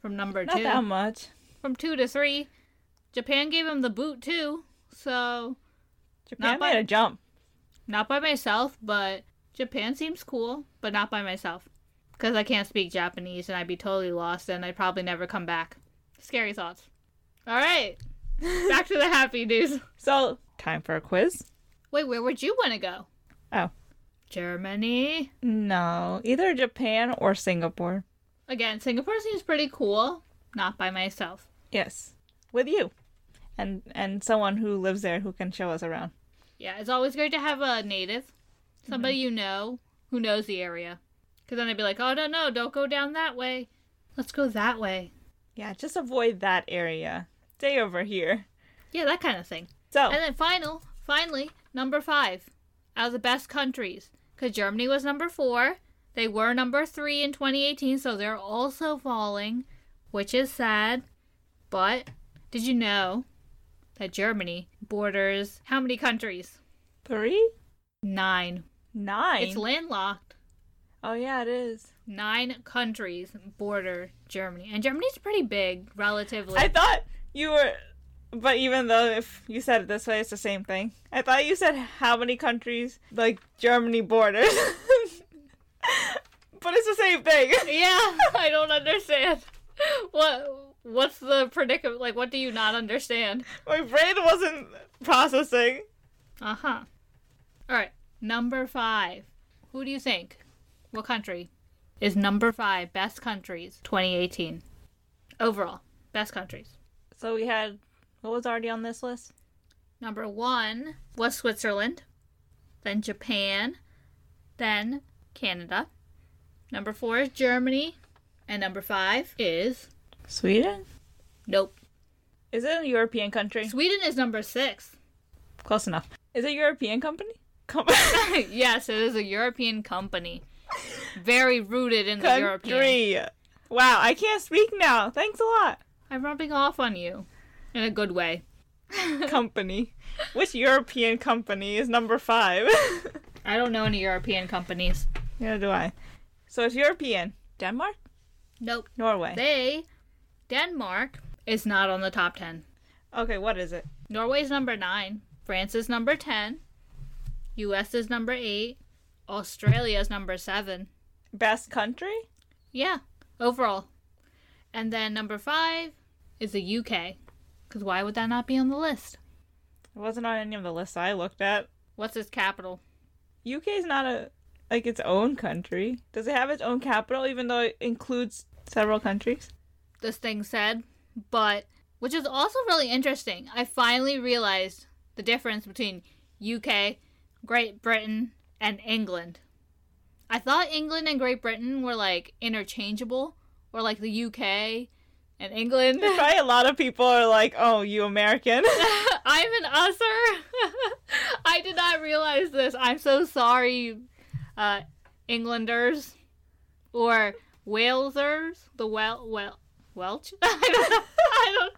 Speaker 7: from number
Speaker 6: Not
Speaker 7: two,
Speaker 6: that much.
Speaker 7: from two to three. Japan gave them the boot too, so
Speaker 6: Japan
Speaker 7: Not by-
Speaker 6: made a jump.
Speaker 7: not by myself, but Japan seems cool, but not by myself. Because I can't speak Japanese and I'd be totally lost and I'd probably never come back. Scary thoughts. All right, back to the happy news.
Speaker 6: So time for a quiz.
Speaker 7: Wait, where would you want to go?
Speaker 6: Oh
Speaker 7: Germany.
Speaker 6: no, either Japan or Singapore.
Speaker 7: Again, Singapore seems pretty cool. Not by myself.
Speaker 6: Yes, with you, and and someone who lives there who can show us around.
Speaker 7: Yeah, it's always great to have a native, somebody you know who knows the area. Because then they'd be like, oh, no, no, don't go down that way. Let's go that way.
Speaker 6: Yeah, just avoid that area. Stay over here.
Speaker 7: Yeah, that kind of thing.
Speaker 6: So
Speaker 7: And then final, finally, number five out of the best countries. Because Germany was number four. They were number three in 2018, so they're also falling, which is sad. But did you know that Germany borders how many countries?
Speaker 6: three,
Speaker 7: Nine.
Speaker 6: nine.
Speaker 7: It's landlocked.
Speaker 6: oh yeah, it is.
Speaker 7: Nine countries border Germany. And Germany's pretty big, relatively.
Speaker 6: I thought you were, but even though if you said it this way, it's the same thing. I thought you said how many countries like Germany borders, but it's the same thing.
Speaker 7: yeah, I don't understand. What? What's the predicament? Like, what do you not understand?
Speaker 6: My brain wasn't processing.
Speaker 7: Uh huh. All right, number five. Who do you think? What country is number five best countries 2018 overall? Best countries.
Speaker 6: So we had what was already on this list?
Speaker 7: Number one was Switzerland, then Japan, then Canada. Number four is Germany, and number five is
Speaker 6: Sweden.
Speaker 7: nope.
Speaker 6: Is it a European country?
Speaker 7: Sweden is number six.
Speaker 6: Close enough. Is it a European company? Com-
Speaker 7: yes, it is a European company, very rooted in the European.
Speaker 6: country. Wow, I can't speak now. Thanks a lot.
Speaker 7: I'm rubbing off on you in a good way.
Speaker 6: company. Which European company is number five?
Speaker 7: I don't know any European companies.
Speaker 6: Neither do I. So it's European. Denmark?
Speaker 7: Nope.
Speaker 6: Norway.
Speaker 7: They, Denmark, is not on the top 10.
Speaker 6: okay, what is it?
Speaker 7: Norway's number 9. France is number 10. US is number 8. Australia's number 7.
Speaker 6: Best country?
Speaker 7: Yeah, overall. And then number 5 is the UK. Because why would that not be on the list?
Speaker 6: It wasn't on any of the lists I looked at.
Speaker 7: What's its capital?
Speaker 6: UK is not a like its own country. Does it have its own capital, even though it includes several countries?
Speaker 7: this thing said, but which is also really interesting. I finally realized the difference between UK, Great Britain, and England. I thought England and Great Britain were like interchangeable, or like the UK and England.
Speaker 6: Probably a lot of people are like, "Oh, you American."
Speaker 7: I'm an usser. I did not realize this. I'm so sorry, uh, Englanders or Walesers. The Wel Wel Welch. I don't know. I don't.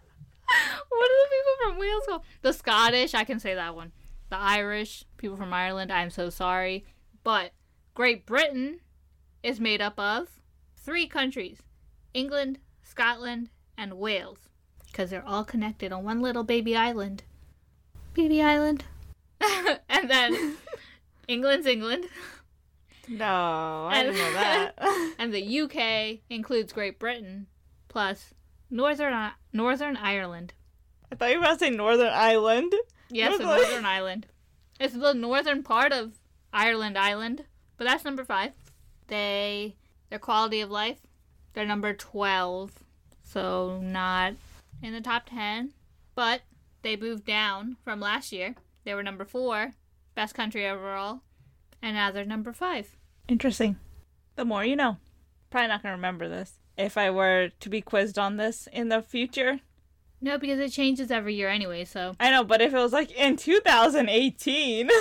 Speaker 7: What are the people from Wales called? The Scottish. I can say that one. The Irish people from Ireland. I'm so sorry, but Great Britain is made up of three countries: England, Scotland, and Wales because they're all connected on one little baby island. Baby island. and then England's England,
Speaker 6: no, I didn't know that.
Speaker 7: and the UK includes Great Britain, plus Northern Northern Ireland.
Speaker 6: I thought you were about to say Northern Ireland.
Speaker 7: Yes, and
Speaker 6: Northern-
Speaker 7: Northern Ireland. It's the northern part of Ireland Island, but that's number five. They their quality of life, they're number twelve, so not in the top ten, but they moved down from last year. They were number four, best country overall, and now they're number five.
Speaker 6: Interesting. The more you know. Probably not gonna remember this. If I were to be quizzed on this in the future,
Speaker 7: No, because it changes every year anyway. So
Speaker 6: I know. But if it was like in 2018,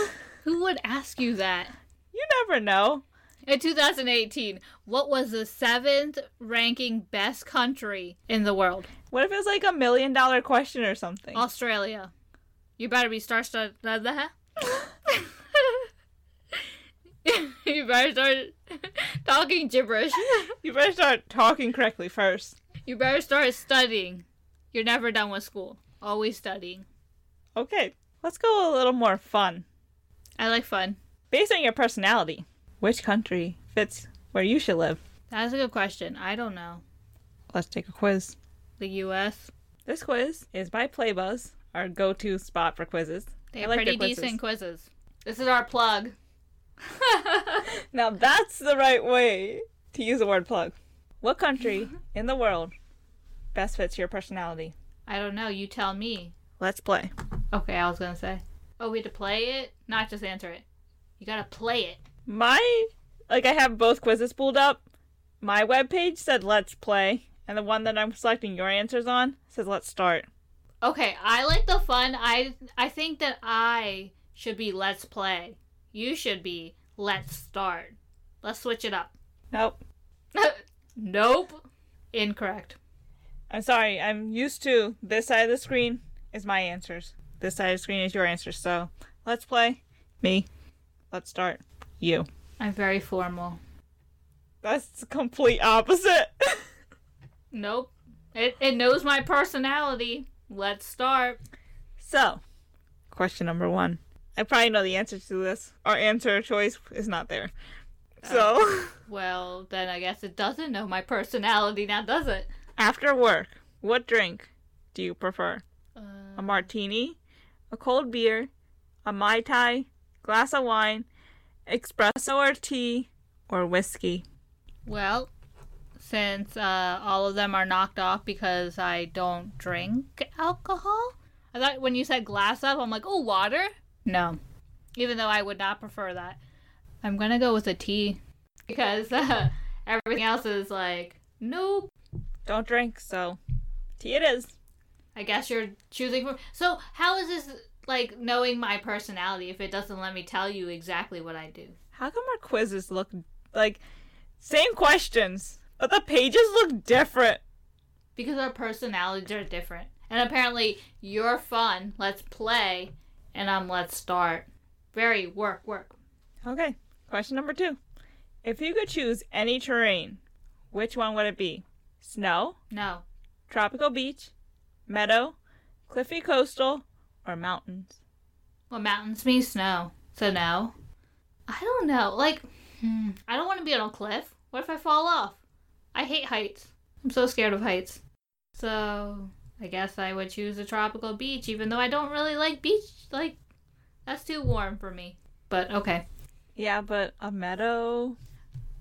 Speaker 7: who would ask you that?
Speaker 6: you never know.
Speaker 7: In 2018, what was the seventh ranking best country in the world?
Speaker 6: What if it was like a million dollar question or something?
Speaker 7: Australia. You better be starstruck. blah, blah. you better start talking gibberish.
Speaker 6: You better start talking correctly first.
Speaker 7: You better start studying. You're never done with school. Always studying.
Speaker 6: Okay, let's go a little more fun.
Speaker 7: I like fun.
Speaker 6: Based on your personality, which country fits where you should live?
Speaker 7: That's a good question. I don't know.
Speaker 6: Let's take a quiz.
Speaker 7: The U.S.
Speaker 6: This quiz is by PlayBuzz, our go to spot for quizzes.
Speaker 7: They
Speaker 6: I
Speaker 7: have
Speaker 6: like
Speaker 7: pretty
Speaker 6: their quizzes.
Speaker 7: decent quizzes. This is our plug.
Speaker 6: Now that's the right way to use the word plug. What country in the world best fits your personality?
Speaker 7: I don't know. You tell me.
Speaker 6: Let's play.
Speaker 7: Okay, I was gonna say. Oh, we had to play it, not just answer it. You gotta play it.
Speaker 6: My like I have both quizzes pulled up. My webpage said let's play, and the one that I'm selecting your answers on says let's start.
Speaker 7: Okay, I like the fun. I I think that I should be let's play. You should be let's start. Let's switch it up.
Speaker 6: Nope.
Speaker 7: nope. Incorrect.
Speaker 6: I'm sorry, I'm used to this side of the screen is my answers. This side of the screen is your answers. So let's play. Me. Let's start. You.
Speaker 7: I'm very formal.
Speaker 6: That's the complete opposite.
Speaker 7: Nope. It it knows my personality. Let's start.
Speaker 6: so question number one. I probably know the answer to this. Our answer choice is not there. So
Speaker 7: Well, then I guess it doesn't know my personality now, does it?
Speaker 6: After work, what drink do you prefer? a martini, a cold beer, a Mai Tai, glass of wine, espresso or tea, or whiskey?
Speaker 7: Well, since uh, all of them are knocked off because I don't drink alcohol, I thought when you said glass up, I'm like, oh, water? No. Even though I would not prefer that. I'm going to go with a tea because uh, everything else is like, nope.
Speaker 6: Don't drink, so tea it is.
Speaker 7: I guess you're choosing from. So, how is this like knowing my personality if it doesn't let me tell you exactly what I do?
Speaker 6: How come our quizzes look like same questions, but the pages look different?
Speaker 7: because our personalities are different. And apparently, you're fun. Let's play, and I'm let's start. Very work work.
Speaker 6: Okay. Question number two. If you could choose any terrain, which one would it be? Snow,
Speaker 7: No,
Speaker 6: tropical beach, meadow, cliffy coastal, or mountains?
Speaker 7: well mountains mean snow, so no. I don't know. Like, hmm, I don't want to be on a cliff. What if I fall off? I hate heights. I'm so scared of heights. So I guess I would choose a tropical beach, even though I don't really like beach. Like, that's too warm for me. But okay,
Speaker 6: Yeah, but a meadow.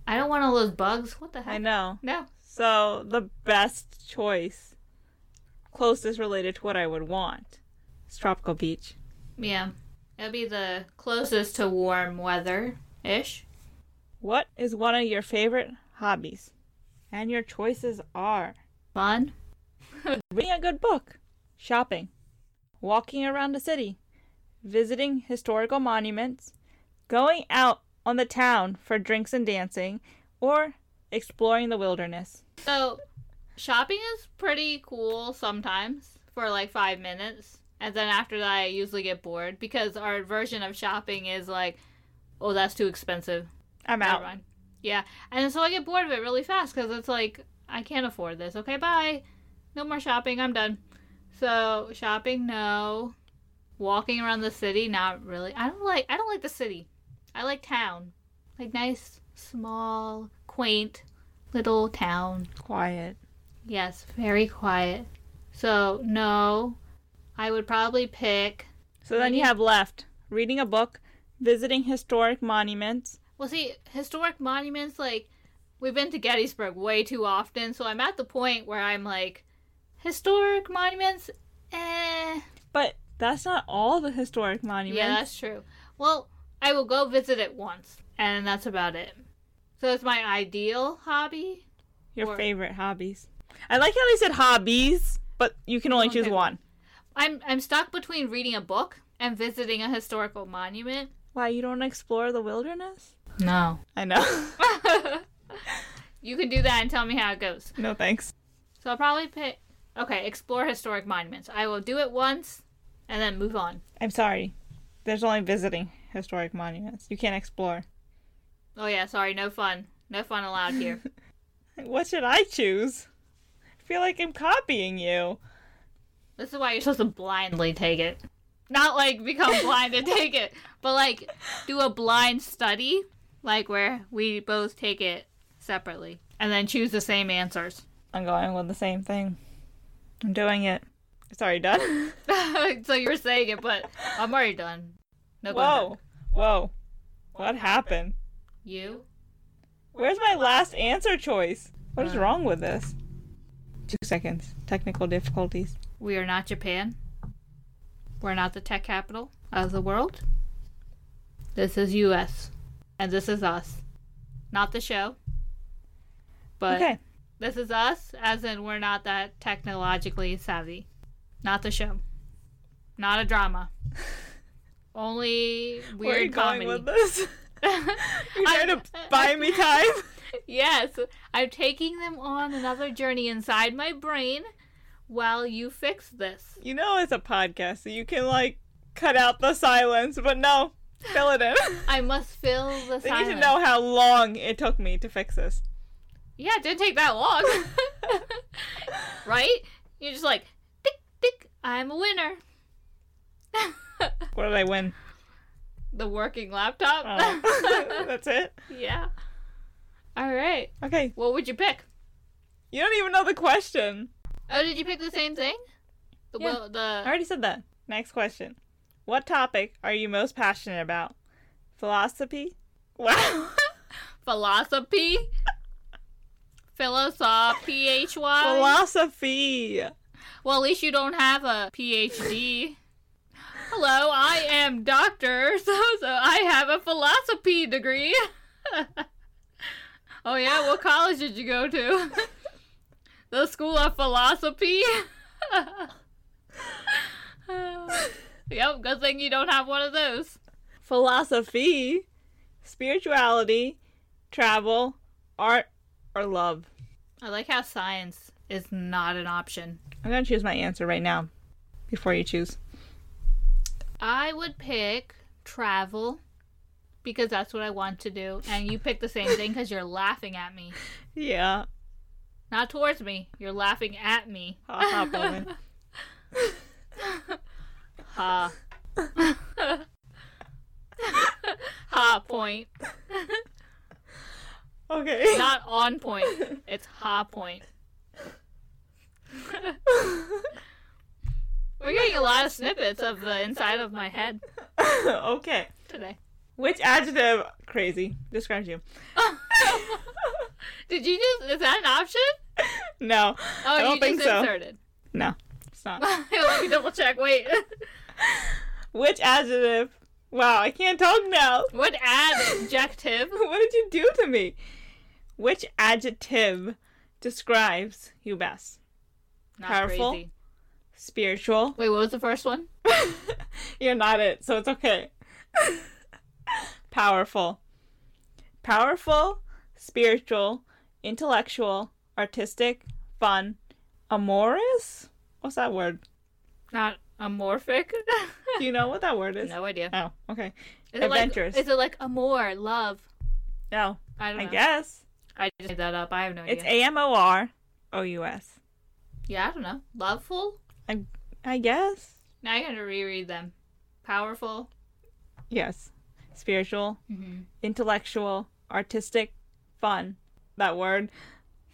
Speaker 7: I don't want all those bugs. What the heck?
Speaker 6: I know.
Speaker 7: No.
Speaker 6: So the best choice, closest related to what I would want, is tropical beach.
Speaker 7: Yeah. It'll be the closest to warm weather ish.
Speaker 6: What is one of your favorite hobbies? And your choices are
Speaker 7: Fun.
Speaker 6: reading a good book, shopping, walking around the city, visiting historical monuments, going out on the town for drinks and dancing, or exploring the wilderness.
Speaker 7: So, shopping is pretty cool sometimes for like five minutes. And then after that, I usually get bored because our version of shopping is like, oh, that's too expensive.
Speaker 6: I'm
Speaker 7: Never
Speaker 6: out.
Speaker 7: mind. Yeah. And so I get bored of it really fast because it's like, I can't afford this. Okay, bye. No more shopping. I'm done. So, shopping, no. Walking around the city, not really. I don't like I don't like the city. I like town. Like nice, small, quaint little town.
Speaker 6: Quiet.
Speaker 7: Yes, very quiet. So, no. I would probably pick
Speaker 6: So then you have left reading a book, visiting historic monuments.
Speaker 7: Well, see, historic monuments, like, we've been to Gettysburg way too often, so I'm at the point where I'm like, historic monuments? Eh.
Speaker 6: But that's not all the historic monuments.
Speaker 7: Yeah, that's true. Well, I will go visit it once, and that's about it. So it's my ideal hobby.
Speaker 6: your
Speaker 7: or-
Speaker 6: favorite hobbies. I like how they said hobbies, but you can only choose
Speaker 7: Okay.
Speaker 6: one.
Speaker 7: I'm, I'm stuck between reading a book and visiting a historical monument.
Speaker 6: Why you don't explore the wilderness?
Speaker 7: No.
Speaker 6: I know.
Speaker 7: you can do that and tell me how it goes.
Speaker 6: no thanks.
Speaker 7: So I'll probably pick. Okay, explore historic monuments. I will do it once and then move on.
Speaker 6: I'm sorry. There's only visiting historic monuments. You can't explore.
Speaker 7: Oh, yeah, sorry, no fun. No fun allowed here.
Speaker 6: What should I choose? I feel like I'm copying you.
Speaker 7: this is why you're supposed to blindly take it. Not like become blind and take it, but like do a blind study, like where we both take it separately and then choose the same answers.
Speaker 6: I'm going with the same thing. I'm doing it. Sorry, done.
Speaker 7: so you're saying it, but I'm already done. No going
Speaker 6: Whoa.
Speaker 7: back.
Speaker 6: Whoa. What happened?
Speaker 7: You?
Speaker 6: Where's my last answer choice? What
Speaker 7: Uh,
Speaker 6: is wrong with this? Two seconds. Technical difficulties.
Speaker 7: We are not Japan. We're not the tech capital of the world. This is US. And this is us. Not the show. But
Speaker 6: okay.
Speaker 7: this is us, as in we're not that technologically savvy. Not the show. Not a drama. Only weird
Speaker 6: Where are you
Speaker 7: comedy.
Speaker 6: going with this? You're trying to
Speaker 7: I-
Speaker 6: buy me time?
Speaker 7: Yes, I'm taking them on another journey inside my brain while you fix this.
Speaker 6: You know it's a podcast, so you can like cut out the silence, but no, fill it in.
Speaker 7: I must fill the
Speaker 6: they need
Speaker 7: silence.
Speaker 6: to know how long it took me to fix this.
Speaker 7: Yeah, it didn't take that long. right? You're just like, tick, tick, I'm a winner.
Speaker 6: What did I win?
Speaker 7: the working laptop?
Speaker 6: Oh. That's it.
Speaker 7: yeah. All right.
Speaker 6: Okay.
Speaker 7: What would you pick?
Speaker 6: You don't even know the question.
Speaker 7: Oh, did you pick the same thing? The,
Speaker 6: Yeah.
Speaker 7: will,
Speaker 6: I
Speaker 7: the
Speaker 6: already said that. Next question. What topic are you most passionate about? Philosophy? Wow.
Speaker 7: philosophy? Philosoph, P-H-Y?
Speaker 6: Philosophy.
Speaker 7: well, at least you don't have a PhD. Hello, I am Dr. So-So. I have a philosophy degree. oh, yeah? What college did you go to? the School of Philosophy? yep, good thing you don't have one of those.
Speaker 6: Philosophy, spirituality, travel, art, or love.
Speaker 7: I like how science is not an option.
Speaker 6: I'm gonna choose my answer right now, before you choose.
Speaker 7: I would pick travel because that's what I want to do. And you pick the same thing because you're laughing at me.
Speaker 6: Yeah.
Speaker 7: Not towards me. You're laughing at me.
Speaker 6: Ha ha, Bowman.
Speaker 7: Ha. ha point.
Speaker 6: Okay.
Speaker 7: Not on point. It's ha point. We're getting a lot of snippets of the inside of my head
Speaker 6: okay.
Speaker 7: today.
Speaker 6: Which adjective, crazy, describes you?
Speaker 7: Did you just? Is that an option?
Speaker 6: No.
Speaker 7: Oh,
Speaker 6: I don't
Speaker 7: you
Speaker 6: think
Speaker 7: just
Speaker 6: so.
Speaker 7: inserted.
Speaker 6: No. It's not.
Speaker 7: Let me double check. Wait,
Speaker 6: Which adjective? Wow, I can't talk now.
Speaker 7: what adjective?
Speaker 6: What did you do to me? Which adjective describes you best?
Speaker 7: Not
Speaker 6: Powerful.
Speaker 7: crazy.
Speaker 6: Spiritual.
Speaker 7: Wait, what was the first one?
Speaker 6: You're not it, so it's okay. Powerful. Powerful, spiritual, intellectual, artistic, fun, amorous? What's that word?
Speaker 7: Not amorphic.
Speaker 6: Do you know what that word is?
Speaker 7: no idea.
Speaker 6: Oh, okay.
Speaker 7: Is
Speaker 6: Adventurous.
Speaker 7: It like, is it like amor, love?
Speaker 6: No,
Speaker 7: I don't
Speaker 6: I
Speaker 7: know.
Speaker 6: guess.
Speaker 7: I just made that up. I have no
Speaker 6: It's
Speaker 7: idea.
Speaker 6: A M O R O U S.
Speaker 7: yeah, I don't know. Loveful.
Speaker 6: I I guess.
Speaker 7: Now I gotta reread them. Powerful.
Speaker 6: Yes. Spiritual,
Speaker 7: Mm-hmm.
Speaker 6: intellectual, artistic, fun. That word.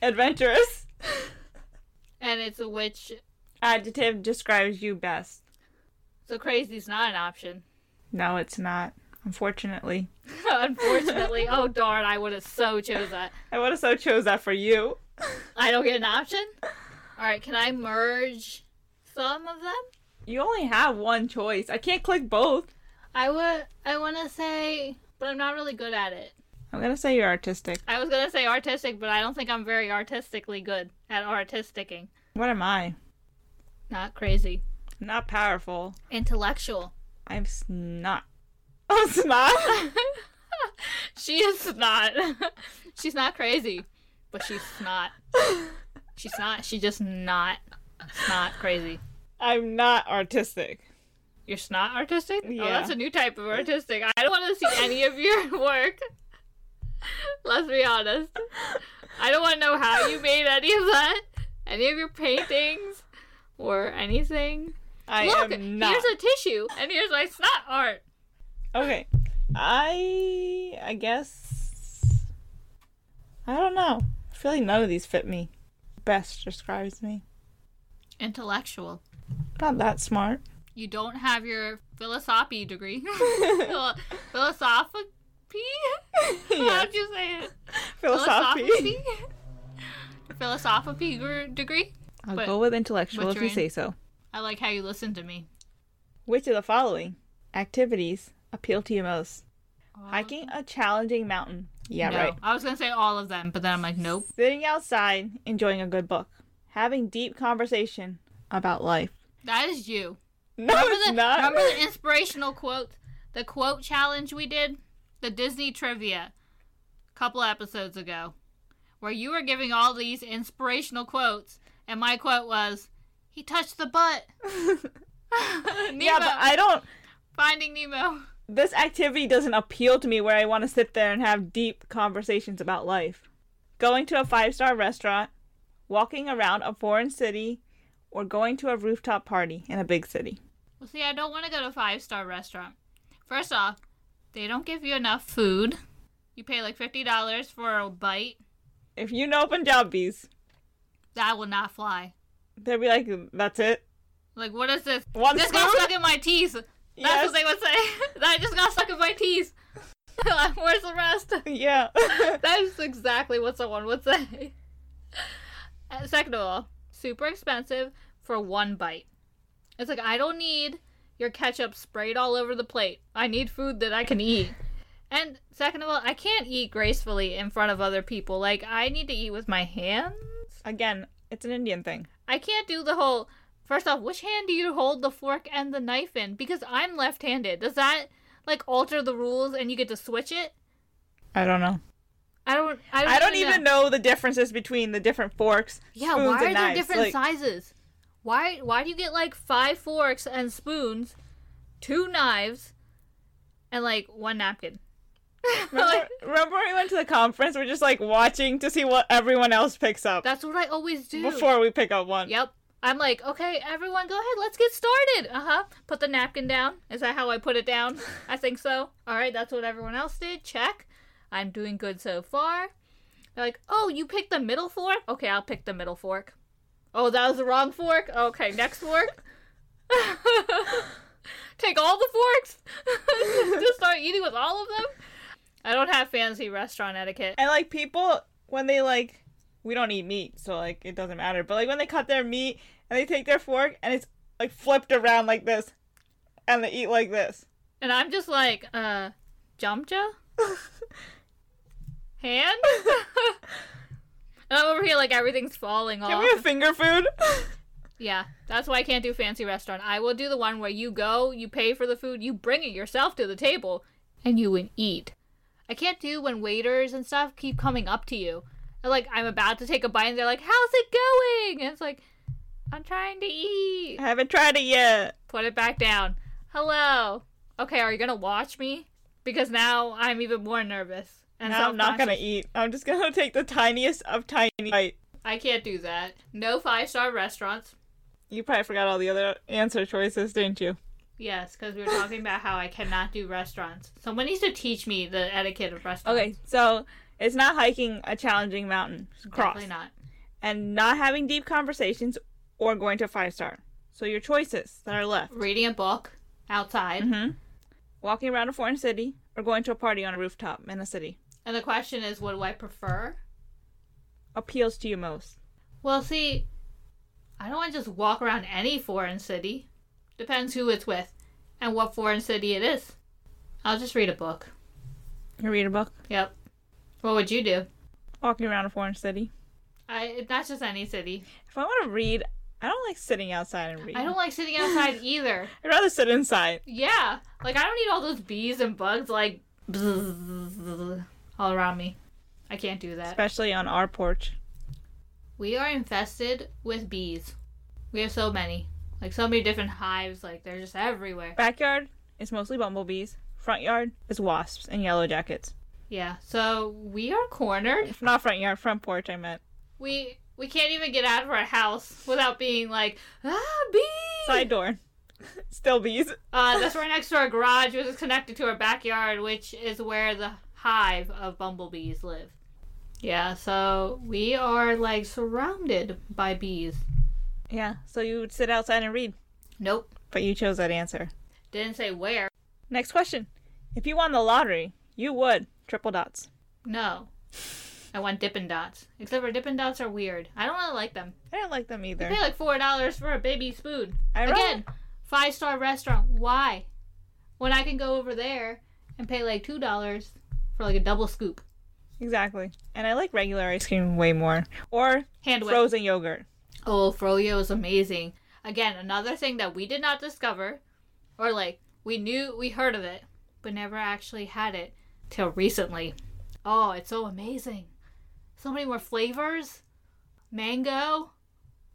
Speaker 6: Adventurous.
Speaker 7: And it's a witch.
Speaker 6: Adjective describes you best.
Speaker 7: So crazy's not an option.
Speaker 6: No, it's not. Unfortunately.
Speaker 7: Unfortunately. oh darn! I would have so chose that.
Speaker 6: I would have so chose that for you.
Speaker 7: I don't get an option. All right. Can I merge some of them?
Speaker 6: You only have one choice. I can't click both.
Speaker 7: I would. I want to say, but I'm not really good at it.
Speaker 6: I'm gonna say you're artistic.
Speaker 7: I was gonna say artistic, but I don't think I'm very artistically good at artisticing.
Speaker 6: What am I?
Speaker 7: Not crazy.
Speaker 6: I'm not powerful.
Speaker 7: Intellectual.
Speaker 6: I'm snot. I'm snot.
Speaker 7: She is not. she's not crazy, but she's not. She's not. She's just not. Not crazy.
Speaker 6: I'm not artistic.
Speaker 7: You're snot artistic? Oh,
Speaker 6: Yeah.
Speaker 7: that's a new type of artistic. I don't want to see any of your work. Let's be honest. I don't want to know how you made any of that, any of your paintings, or anything.
Speaker 6: I
Speaker 7: Look,
Speaker 6: am not.
Speaker 7: here's a tissue, and here's my snot art.
Speaker 6: Okay. I I guess I don't know. I feel like none of these fit me. Best describes me.
Speaker 7: Intellectual.
Speaker 6: Not that smart.
Speaker 7: You don't have your philosophy degree. Phil- philosophy? How'd you say it?
Speaker 6: Philosophy.
Speaker 7: philosophy gr- degree?
Speaker 6: I'll
Speaker 7: But-
Speaker 6: go with intellectual
Speaker 7: but
Speaker 6: if
Speaker 7: you're
Speaker 6: you
Speaker 7: in.
Speaker 6: say so.
Speaker 7: I like how you listen to me.
Speaker 6: Which of the following activities appeal to you most? Hiking a challenging mountain. Yeah,
Speaker 7: No.
Speaker 6: right.
Speaker 7: I was gonna say all of them, but then I'm like, nope.
Speaker 6: Sitting outside, enjoying a good book. Having deep conversation about life.
Speaker 7: That is you.
Speaker 6: No,
Speaker 7: Remember
Speaker 6: it's
Speaker 7: the,
Speaker 6: not.
Speaker 7: remember the inspirational quote, the quote challenge we did, the Disney trivia, a couple episodes ago, where you were giving all these inspirational quotes, and my quote was, "He touched the butt." Nemo,
Speaker 6: yeah, but I don't
Speaker 7: Finding Nemo.
Speaker 6: this activity doesn't appeal to me where I want to sit there and have deep conversations about life. Going to a five star restaurant, walking around a foreign city, or going to a rooftop party in a big city.
Speaker 7: Well, see, I don't want to go to a five star restaurant. First off, they don't give you enough food. You pay like fifty dollars for a bite.
Speaker 6: If you know Punjabis,
Speaker 7: That will not fly.
Speaker 6: they'll be like, that's it.
Speaker 7: Like, what is this?
Speaker 6: One
Speaker 7: this got
Speaker 6: spoon?
Speaker 7: stuck in my teeth. That's
Speaker 6: Yes.
Speaker 7: what they would say. that just got stuck in my teeth. Where's the rest?
Speaker 6: Yeah.
Speaker 7: That is exactly what someone would say. Uh, Second of all, super expensive for one bite. It's like, I don't need your ketchup sprayed all over the plate. I need food that I can eat. And second of all, I can't eat gracefully in front of other people. Like, I need to eat with my hands.
Speaker 6: Again, it's an Indian thing.
Speaker 7: I can't do the whole. First off, which hand do you hold the fork and the knife in? Because I'm left-handed. Does that like alter the rules and you get to switch it?
Speaker 6: I don't know.
Speaker 7: I don't. I don't,
Speaker 6: I don't even know the differences between the different forks.
Speaker 7: Yeah,
Speaker 6: spoons,
Speaker 7: why are
Speaker 6: and
Speaker 7: there
Speaker 6: knives.
Speaker 7: different
Speaker 6: Like,
Speaker 7: sizes? Why why do you get like five forks and spoons, two knives, and like one napkin?
Speaker 6: Remember, remember when we went to the conference? We're just like watching to see what everyone else picks up
Speaker 7: That's what I always do.
Speaker 6: before we pick up one.
Speaker 7: Yep. I'm like, okay, everyone, go ahead, let's get started. Uh huh. Put the napkin down. Is that how I put it down? I think so. All right, that's what everyone else did. Check. I'm doing good so far. They're like, oh, you picked the middle fork? Okay, I'll pick the middle fork. Oh, that was the wrong fork? Okay, next fork. Take all the forks. Just start eating with all of them. I don't have fancy restaurant etiquette.
Speaker 6: And like people when they like we don't eat meat, so like it doesn't matter. But like when they cut their meat and they take their fork and it's like flipped around like this and they eat like this.
Speaker 7: And I'm just like, uh, Jamja? Hand? and I'm over here like everything's falling
Speaker 6: Can
Speaker 7: off.
Speaker 6: we have finger food?
Speaker 7: Yeah, that's why I can't do fancy restaurant. I will do the one where you go, you pay for the food, you bring it yourself to the table, and you would eat. I can't do when waiters and stuff keep coming up to you. And like, I'm about to take a bite and they're like, how's it going? And it's like, I'm trying to eat.
Speaker 6: I haven't tried it yet.
Speaker 7: Put it back down. Hello. Okay, are you gonna watch me? Because now I'm even more nervous. And
Speaker 6: Now I'm not gonna
Speaker 7: self-conscious.
Speaker 6: eat. I'm just gonna take the tiniest of tiny bite.
Speaker 7: I can't do that. No five star restaurants.
Speaker 6: You probably forgot all the other answer choices, didn't you?
Speaker 7: Yes, because we were talking about how I cannot do restaurants. Someone needs to teach me the etiquette of restaurants.
Speaker 6: Okay, so it's not hiking a challenging mountain cross
Speaker 7: Definitely not.
Speaker 6: and not having deep conversations or going to five star. So your choices that are left.
Speaker 7: Reading a book outside.
Speaker 6: hmm Walking around a foreign city or going to a party on a rooftop in a city
Speaker 7: And the question is, what do I prefer?
Speaker 6: appeals to you most.
Speaker 7: Well, see, I don't want to just walk around any foreign city. Depends who it's with and what foreign city it is. I'll just read a book.
Speaker 6: You read a book.
Speaker 7: Yep. What would you do?
Speaker 6: Walking around a foreign city.
Speaker 7: I not just any city.
Speaker 6: If I want to read, I don't like sitting outside and reading.
Speaker 7: I don't like sitting outside either.
Speaker 6: I'd rather sit inside.
Speaker 7: Yeah, like I don't need all those bees and bugs like bzzz all around me. I can't do that.
Speaker 6: Especially on our porch.
Speaker 7: We are infested with bees. We have so many, like so many different hives. Like they're just everywhere.
Speaker 6: Backyard is mostly bumblebees. Front yard is wasps and yellow jackets.
Speaker 7: Yeah. So we are cornered.
Speaker 6: Not front yard, front porch, I meant.
Speaker 7: We we can't even get out of our house without being like ah bees.
Speaker 6: Side door. Still bees.
Speaker 7: Uh, that's right next to our garage, which is connected to our backyard, which is where the hive of bumblebees live. Yeah, so we are like surrounded by bees.
Speaker 6: Yeah, so you would sit outside and read.
Speaker 7: Nope,
Speaker 6: But you chose that answer.
Speaker 7: didn't say where.
Speaker 6: Next question. If you won the lottery, you would. Triple dots.
Speaker 7: No, I want Dippin' Dots. Except for Dippin' Dots are weird. I don't really like them.
Speaker 6: I don't like them either.
Speaker 7: Pay like four dollars for a baby spoon.
Speaker 6: I really-
Speaker 7: Again, five star restaurant. Why? When I can go over there and pay like two dollars for like a double scoop.
Speaker 6: Exactly. And I like regular ice cream way more. Or
Speaker 7: Hand whip.
Speaker 6: frozen yogurt.
Speaker 7: Oh, Froyo is amazing. Again, another thing that we did not discover, or like we knew we heard of it, but never actually had it till recently. Oh, it's so amazing. So many more flavors. Mango.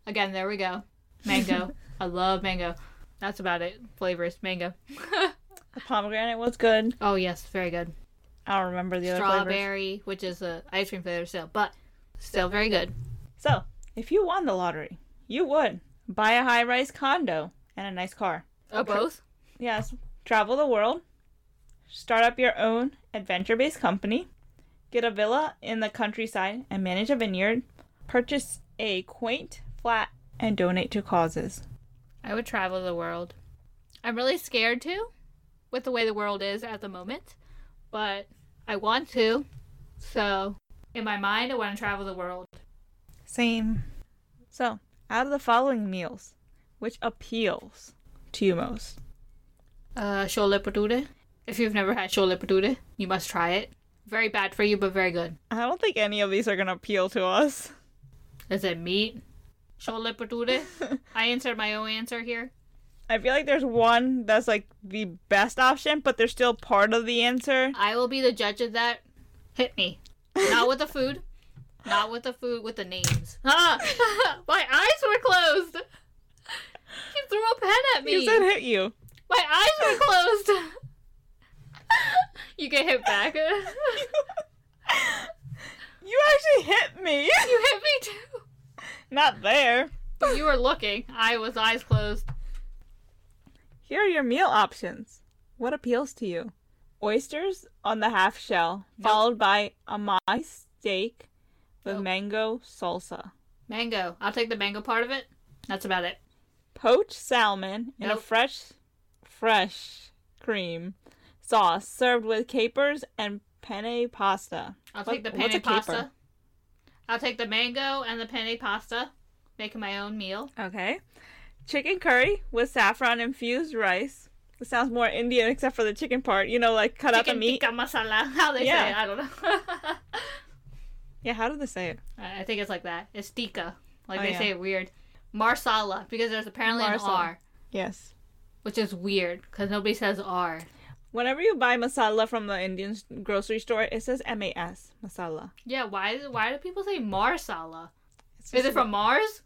Speaker 7: Again, there we go. Mango. I love mango. That's about it. Flavors, mango.
Speaker 6: The pomegranate was good.
Speaker 7: oh yes, very good.
Speaker 6: I don't remember the other flavors.
Speaker 7: Strawberry, which is a ice cream flavor still, but still very good.
Speaker 6: So, if you won the lottery, you would buy a high rise condo and a nice car.
Speaker 7: Oh, both.
Speaker 6: Yes. Travel the world. Start up your own adventure based company. Get a villa in the countryside and manage a vineyard. Purchase a quaint flat and donate to causes.
Speaker 7: I would travel the world. I'm really scared to with the way the world is at the moment, but I want to. So, in my mind, I want to travel the world.
Speaker 6: Same. So, out of the following meals, which appeals to you most?
Speaker 7: Uh, chole bhature. If you've never had chole bhature, you must try it. Very bad for you, but very good.
Speaker 6: I don't think any of these are going to appeal to us.
Speaker 7: Is it meat? Chole bhature? I answered my own answer here.
Speaker 6: I feel like there's one that's like the best option, but they're still part of the answer.
Speaker 7: I will be the judge of that. Hit me. Not with the food. Not with the food, with the names. Ah, my eyes were closed. He threw a pen at
Speaker 6: You
Speaker 7: me.
Speaker 6: said hit you.
Speaker 7: My eyes were closed. you get hit back. you
Speaker 6: You actually hit me.
Speaker 7: hit me too.
Speaker 6: Not there.
Speaker 7: But you were looking. I was eyes closed.
Speaker 6: Here are your meal options. What appeals to you? Oysters on the half shell, followed by a my steak with
Speaker 7: Nope.
Speaker 6: mango salsa,
Speaker 7: Mango. I'll take the mango part of it. That's about it.
Speaker 6: poached salmon in a
Speaker 7: Nope.
Speaker 6: fresh, fresh cream sauce served with capers and penne pasta.
Speaker 7: I'll
Speaker 6: What-
Speaker 7: take the
Speaker 6: what's a
Speaker 7: penne
Speaker 6: caper?
Speaker 7: pasta. I'll take the mango and the penne pasta. Making my own meal.
Speaker 6: Okay. Chicken curry with saffron infused rice. It sounds more Indian except for the chicken part. You know, like cut out the
Speaker 7: Chicken
Speaker 6: meat.
Speaker 7: tikka masala. How they
Speaker 6: Yeah.
Speaker 7: say it, I don't know.
Speaker 6: Yeah, how did they say it?
Speaker 7: I I think it's like that. It's tikka. Like
Speaker 6: Oh,
Speaker 7: they
Speaker 6: yeah.
Speaker 7: say it weird. Marsala because there's apparently an
Speaker 6: Marsala.
Speaker 7: R,
Speaker 6: Yes.
Speaker 7: which is weird because nobody says R.
Speaker 6: Whenever you buy masala from the Indian s- grocery store, it says MAS, masala.
Speaker 7: Yeah, why is it- why do people say marsala?
Speaker 6: It's
Speaker 7: Is
Speaker 6: just-
Speaker 7: it from Mars?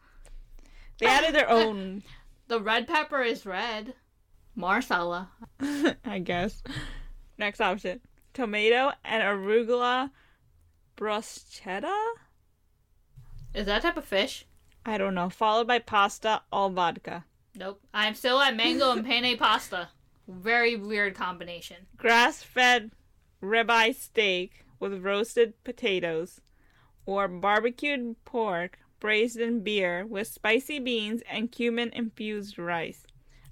Speaker 6: They
Speaker 7: Ah.
Speaker 6: added their own,
Speaker 7: The red pepper is red. Marsala.
Speaker 6: I guess. Next option tomato and arugula bruschetta?
Speaker 7: Is that type of fish?
Speaker 6: I don't know. Followed by pasta, all vodka.
Speaker 7: Nope. I'm still at mango and penne pasta. Very weird combination.
Speaker 6: Grass fed ribeye steak with roasted potatoes or barbecued pork braised in beer with spicy beans and cumin infused rice.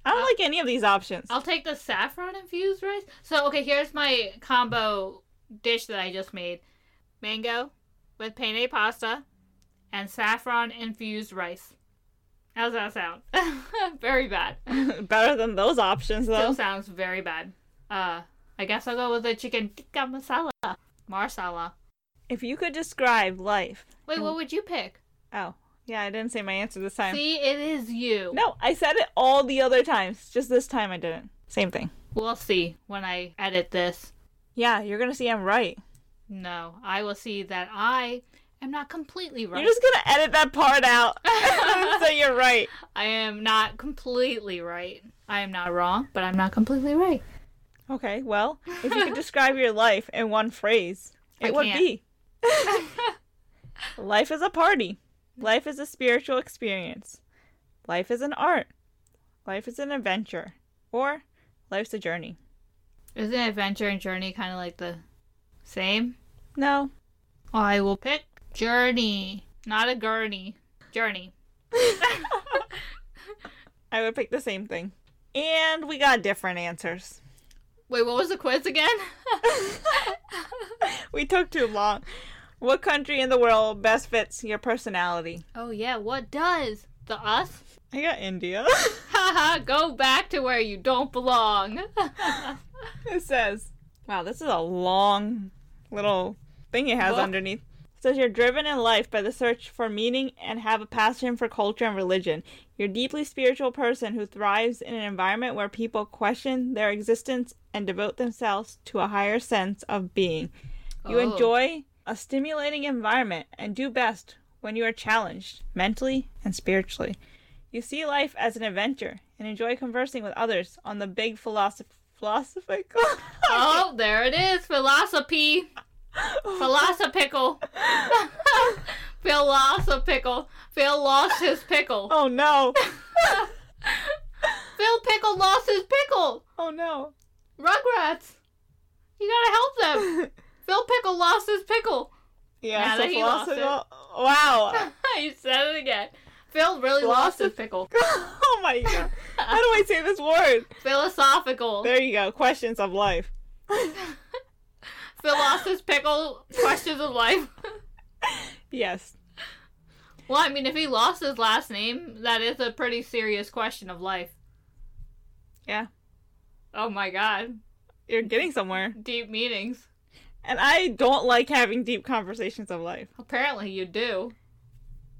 Speaker 6: I don't like any of these options.
Speaker 7: I'll take the saffron infused rice. So okay, here's my combo dish that I just made: mango with penne pasta and saffron infused rice. How's that sound? very bad.
Speaker 6: Better than those options, though.
Speaker 7: Still sounds very bad. Uh, I guess I'll go with the chicken tikka masala, marsala.
Speaker 6: If you could describe life.
Speaker 7: Wait, what would you pick?
Speaker 6: Oh, yeah, I didn't say my answer this time.
Speaker 7: See, it is you.
Speaker 6: No, I said it all the other times. Just this time I didn't. Same thing.
Speaker 7: We'll see when I edit this.
Speaker 6: Yeah, you're gonna see I'm right.
Speaker 7: No, I will see that I am not completely right.
Speaker 6: You're just gonna edit that part out and say you're right.
Speaker 7: I am not completely right. I am not wrong, but I'm not completely right.
Speaker 6: Okay, well, if you could describe your life in one phrase, it
Speaker 7: I
Speaker 6: would
Speaker 7: can't.
Speaker 6: be Life is a party. Life is a spiritual experience. Life is an art. Life is an adventure. Or life's a journey.
Speaker 7: Isn't adventure and journey kind of like the same?
Speaker 6: No,
Speaker 7: I will pick journey, not a gurney. Journey.
Speaker 6: I would pick the same thing. And we got different answers.
Speaker 7: Wait, what was the quiz again?
Speaker 6: We took too long. What country in the world best fits your personality?
Speaker 7: oh yeah, what does the us?
Speaker 6: I got India.
Speaker 7: Haha, go back to where you don't belong.
Speaker 6: it says, wow, this is a long little thing it has
Speaker 7: Book.
Speaker 6: underneath. It says, you're driven in life by the search for meaning and have a passion for culture and religion. You're a deeply spiritual person who thrives in an environment where people question their existence and devote themselves to a higher sense of being. You
Speaker 7: Oh.
Speaker 6: enjoy a stimulating environment and do best when you are challenged mentally and spiritually. You see life as an adventure and enjoy conversing with others on the big philosoph- philosophical.
Speaker 7: oh, there it is. Philosophy. Philosophical. Philosophical. Phil lost his pickle.
Speaker 6: oh no!
Speaker 7: Phil Pickle lost his pickle.
Speaker 6: Oh no!
Speaker 7: Rugrats, you gotta help them. Phil Pickle lost his pickle.
Speaker 6: Yeah,
Speaker 7: Now
Speaker 6: so
Speaker 7: that he lost it.
Speaker 6: philosophical. Wow!
Speaker 7: you said it again. Phil really lost his pickle.
Speaker 6: oh my god! How do I say this word?
Speaker 7: Philosophical.
Speaker 6: There you go. Questions of life.
Speaker 7: Phil lost his pickle. Questions of life.
Speaker 6: Yes.
Speaker 7: well, I mean, if he lost his last name, that is a pretty serious question of life.
Speaker 6: Yeah.
Speaker 7: Oh my god.
Speaker 6: You're getting somewhere.
Speaker 7: Deep meanings.
Speaker 6: And I don't like having deep conversations of life.
Speaker 7: Apparently, you do.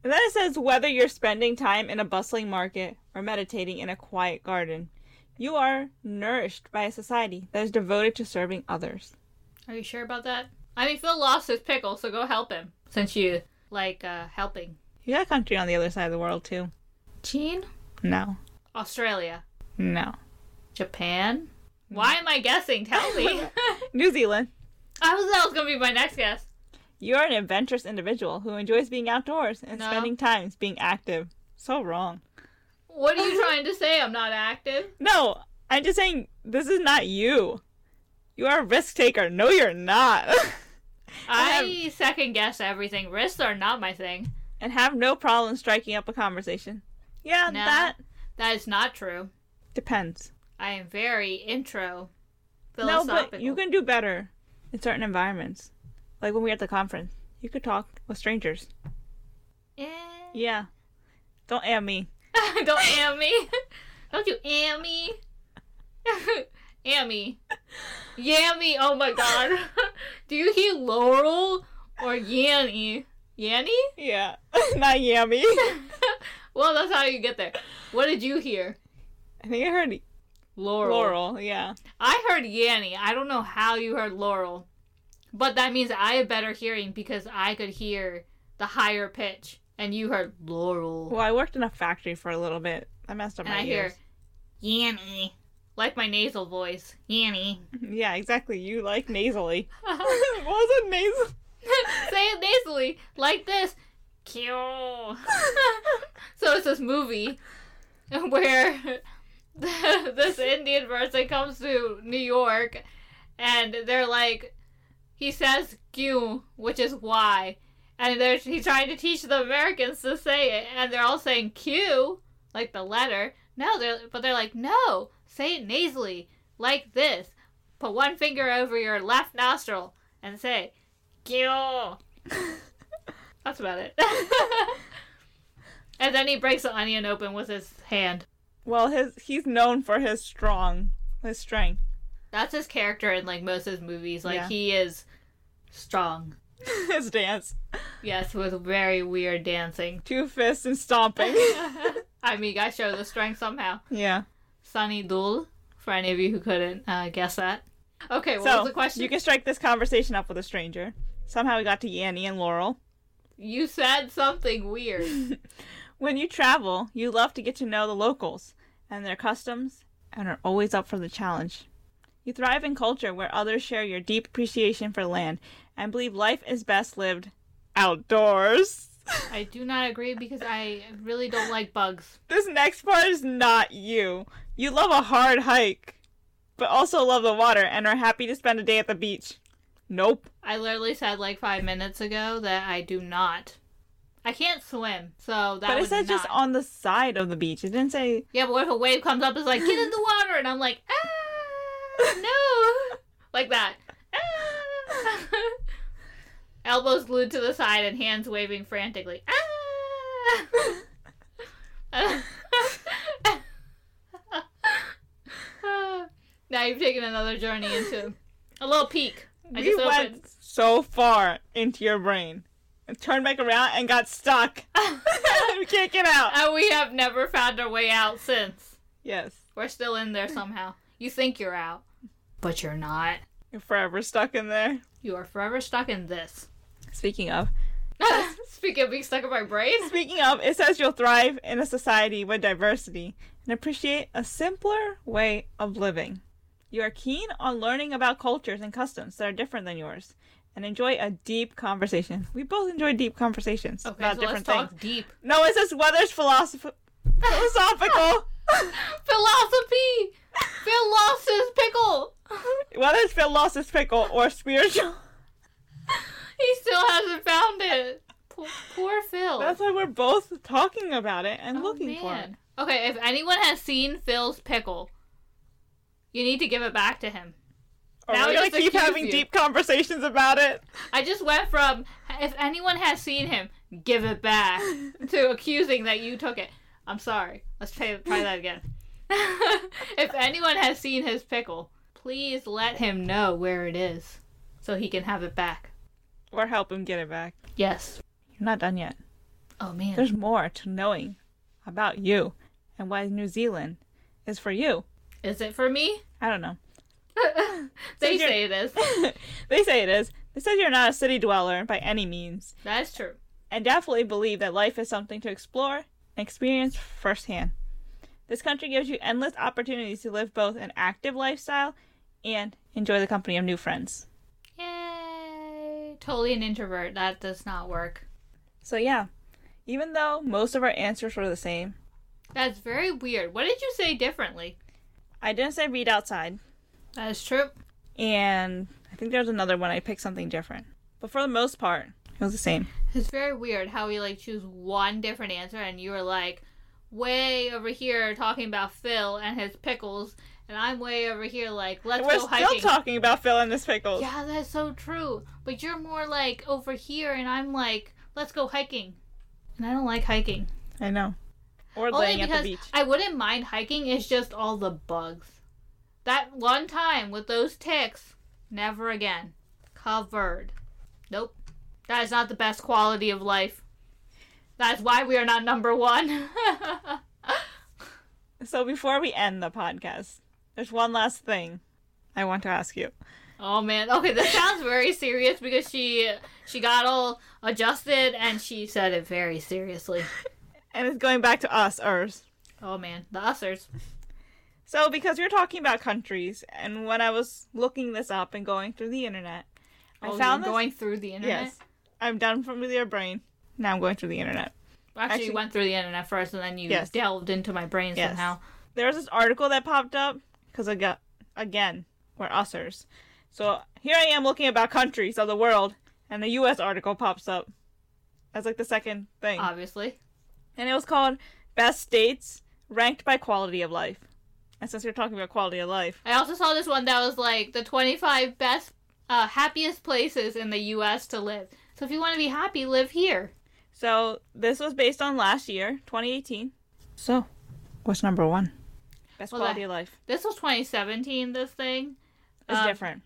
Speaker 6: And then it says whether you're spending time in a bustling market or meditating in a quiet garden, you are nourished by a society that is devoted to serving others.
Speaker 7: Are you sure about that? I mean, Phil lost his pickle, so go help him. Since you like uh, helping.
Speaker 6: You got a country on the other side of the world too.
Speaker 7: Gene?
Speaker 6: No.
Speaker 7: Australia.
Speaker 6: No.
Speaker 7: Japan? Why am I guessing? Tell me.
Speaker 6: New Zealand.
Speaker 7: I was that was gonna be my next guess.
Speaker 6: You're an adventurous individual who enjoys being outdoors and
Speaker 7: No.
Speaker 6: spending time being active. So wrong.
Speaker 7: What are you trying to say? I'm not active.
Speaker 6: No, I'm just saying this is not you. You are a risk taker. No, you're not.
Speaker 7: I second guess everything. Risks are not my thing.
Speaker 6: and have no problem striking up a conversation. Yeah,
Speaker 7: No.
Speaker 6: that
Speaker 7: That is not true.
Speaker 6: depends.
Speaker 7: I am very intro.
Speaker 6: No,
Speaker 7: Philosophical.
Speaker 6: but you can do better in certain environments. Like when we were at the conference, you could talk with strangers.
Speaker 7: Eh.
Speaker 6: Yeah. Don't am me.
Speaker 7: Don't am me. Don't you am me. am me. Yammy. Oh my god. Do you hear Laurel or Yanny? Yanny?
Speaker 6: Yeah. not yummy.
Speaker 7: Well, that's how you get there. What did you hear?
Speaker 6: I think I heard
Speaker 7: Laurel.
Speaker 6: Laurel. Yeah.
Speaker 7: I heard Yanny. I don't know how you heard Laurel. But that means I have better hearing because I could hear the higher pitch. And you heard Laurel.
Speaker 6: Well, I worked in a factory for a little bit. I messed up
Speaker 7: and
Speaker 6: my
Speaker 7: I
Speaker 6: ears.
Speaker 7: hear Yanny. Like my nasal voice. Yanny.
Speaker 6: Yeah, exactly. You like nasally. It wasn't nasal.
Speaker 7: Say it nasally, like this. Kill. so it's this movie where this Indian person comes to New York and they're like, he says Q, which is Y. And they're, he's trying to teach the Americans to say it, and they're all saying Q, like the letter. No, they're, but they're like, no, say it nasally, like this. Put one finger over your left nostril and say, Kill. That's about it. and then he breaks the onion open with his hand.
Speaker 6: Well, his he's known for his strong, his strength.
Speaker 7: That's his character in like most of his movies. Like
Speaker 6: Yeah.
Speaker 7: he is strong.
Speaker 6: his dance,
Speaker 7: Yes, with very weird dancing.
Speaker 6: two fists and stomping.
Speaker 7: I mean, I show the strength somehow.
Speaker 6: yeah.
Speaker 7: Sunny Dul, for any of you who couldn't uh, guess that. Okay, what
Speaker 6: so
Speaker 7: was the question?
Speaker 6: you can strike this conversation up with a stranger. Somehow we got to Yanni and Laurel.
Speaker 7: you said something weird.
Speaker 6: When you travel, you love to get to know the locals and their customs, and are always up for the challenge. You thrive in culture where others share your deep appreciation for land and believe life is best lived outdoors.
Speaker 7: I do not agree because I really don't like bugs.
Speaker 6: This next part is not you. You love a hard hike, but also love the water and are happy to spend a day at the beach. Nope.
Speaker 7: I literally said like five minutes ago that I do not. I can't swim, so that
Speaker 6: but it
Speaker 7: was
Speaker 6: says just
Speaker 7: not-
Speaker 6: on the side of the beach. It didn't say
Speaker 7: Yeah, but what if a wave comes up? It's like get in the water, and I'm like, ah, no, like that. Ah. Elbows glued to the side and hands waving frantically. Ah. now you've taken another journey into a little peek. I
Speaker 6: we
Speaker 7: just
Speaker 6: went
Speaker 7: opened.
Speaker 6: so far into your brain. And turned back around and got stuck. we can't get out.
Speaker 7: And we have never found our way out since.
Speaker 6: Yes.
Speaker 7: We're still in there somehow. You think you're out, but you're not.
Speaker 6: You're forever stuck in there.
Speaker 7: You are forever stuck in this.
Speaker 6: Speaking of.
Speaker 7: Speaking of being stuck in my brain,
Speaker 6: Speaking of, it says you'll thrive in a society with diversity and appreciate a simpler way of living. You are keen on learning about cultures and customs that are different than yours and enjoy a deep conversation. We both enjoy deep conversations
Speaker 7: okay,
Speaker 6: about
Speaker 7: so
Speaker 6: different
Speaker 7: let's talk
Speaker 6: things.
Speaker 7: deep
Speaker 6: No, it says weather's philosoph- philosophical.
Speaker 7: philosophy. Phil lost his pickle.
Speaker 6: Whether it's Phil lost his pickle or spiritual.
Speaker 7: He still hasn't found it. Poor, poor Phil.
Speaker 6: That's why we're both talking about it and
Speaker 7: Oh,
Speaker 6: looking for it.
Speaker 7: man. Okay, if anyone has seen Phil's pickle, you need to give it back to him.
Speaker 6: Or
Speaker 7: Now
Speaker 6: we're
Speaker 7: we
Speaker 6: gonna
Speaker 7: just
Speaker 6: keep
Speaker 7: accuse
Speaker 6: having
Speaker 7: you.
Speaker 6: deep conversations about it.
Speaker 7: I just went from if anyone has seen him, give it back to accusing that you took it. I'm sorry. Let's try, try that again. if anyone has seen his pickle, please let him know where it is so he can have it back.
Speaker 6: Or help him get it back.
Speaker 7: Yes.
Speaker 6: You're not done yet.
Speaker 7: Oh man.
Speaker 6: There's more to knowing about you and why New Zealand is for you.
Speaker 7: Is it for me?
Speaker 6: I don't know.
Speaker 7: They
Speaker 6: you're-
Speaker 7: say it is.
Speaker 6: they say it is. It says you're not a city dweller by any means,
Speaker 7: That's true.
Speaker 6: and definitely believe that life is something to explore and experience firsthand. This country gives you endless opportunities to live both an active lifestyle and enjoy the company of new friends.
Speaker 7: Yay! Totally an introvert. That does not work.
Speaker 6: So, yeah, even though most of our answers were the same,
Speaker 7: That's very weird. What did you say differently?
Speaker 6: I didn't say read outside,
Speaker 7: That's true.
Speaker 6: and I think there's another one I picked something different. But for the most part, it was the same.
Speaker 7: It's very weird how we like choose one different answer and you were like way over here talking about Phil and his pickles and I'm way over here like let's
Speaker 6: We're
Speaker 7: go
Speaker 6: still
Speaker 7: hiking.
Speaker 6: talking about Phil and his pickles.
Speaker 7: yeah, that's so true. But you're more like over here and I'm like let's go hiking. And I don't like hiking.
Speaker 6: I know. Or
Speaker 7: Only
Speaker 6: laying at the
Speaker 7: because
Speaker 6: beach.
Speaker 7: I wouldn't mind hiking. It's just all the bugs. That one time with those ticks, never again. Covered. Nope. That is not the best quality of life. That's why we are not number one.
Speaker 6: So before we end the podcast, there's one last thing I want to ask you.
Speaker 7: oh man. Okay, this sounds very serious because she she got all adjusted and she said it very seriously.
Speaker 6: And it's going back to us, ours.
Speaker 7: Oh man, the ussers.
Speaker 6: So because you're talking about countries, and when I was looking this up and going through the internet,
Speaker 7: Oh,
Speaker 6: I
Speaker 7: I
Speaker 6: found this...
Speaker 7: going through the internet.
Speaker 6: Yes. I'm done from your brain. Now I'm going through the internet.
Speaker 7: Actually,
Speaker 6: Actually-
Speaker 7: you went through the internet first and then you
Speaker 6: Yes.
Speaker 7: delved into my brain
Speaker 6: Yes.
Speaker 7: somehow.
Speaker 6: There was this article that popped up because I got again we're users. So here I am looking about countries of the world, and the U.S. article pops up as like the second thing.
Speaker 7: Obviously.
Speaker 6: and it was called Best States Ranked by Quality of Life. And since you're talking about quality of life,
Speaker 7: I also saw this one that was like the 25 best, uh, happiest places in the U.S. to live. So if you want to be happy, live here.
Speaker 6: so this was based on last year, 2018. So, what's number one? Best
Speaker 7: Well,
Speaker 6: quality
Speaker 7: that-
Speaker 6: of life
Speaker 7: This was 2017. This thing.
Speaker 6: is
Speaker 7: um,
Speaker 6: different.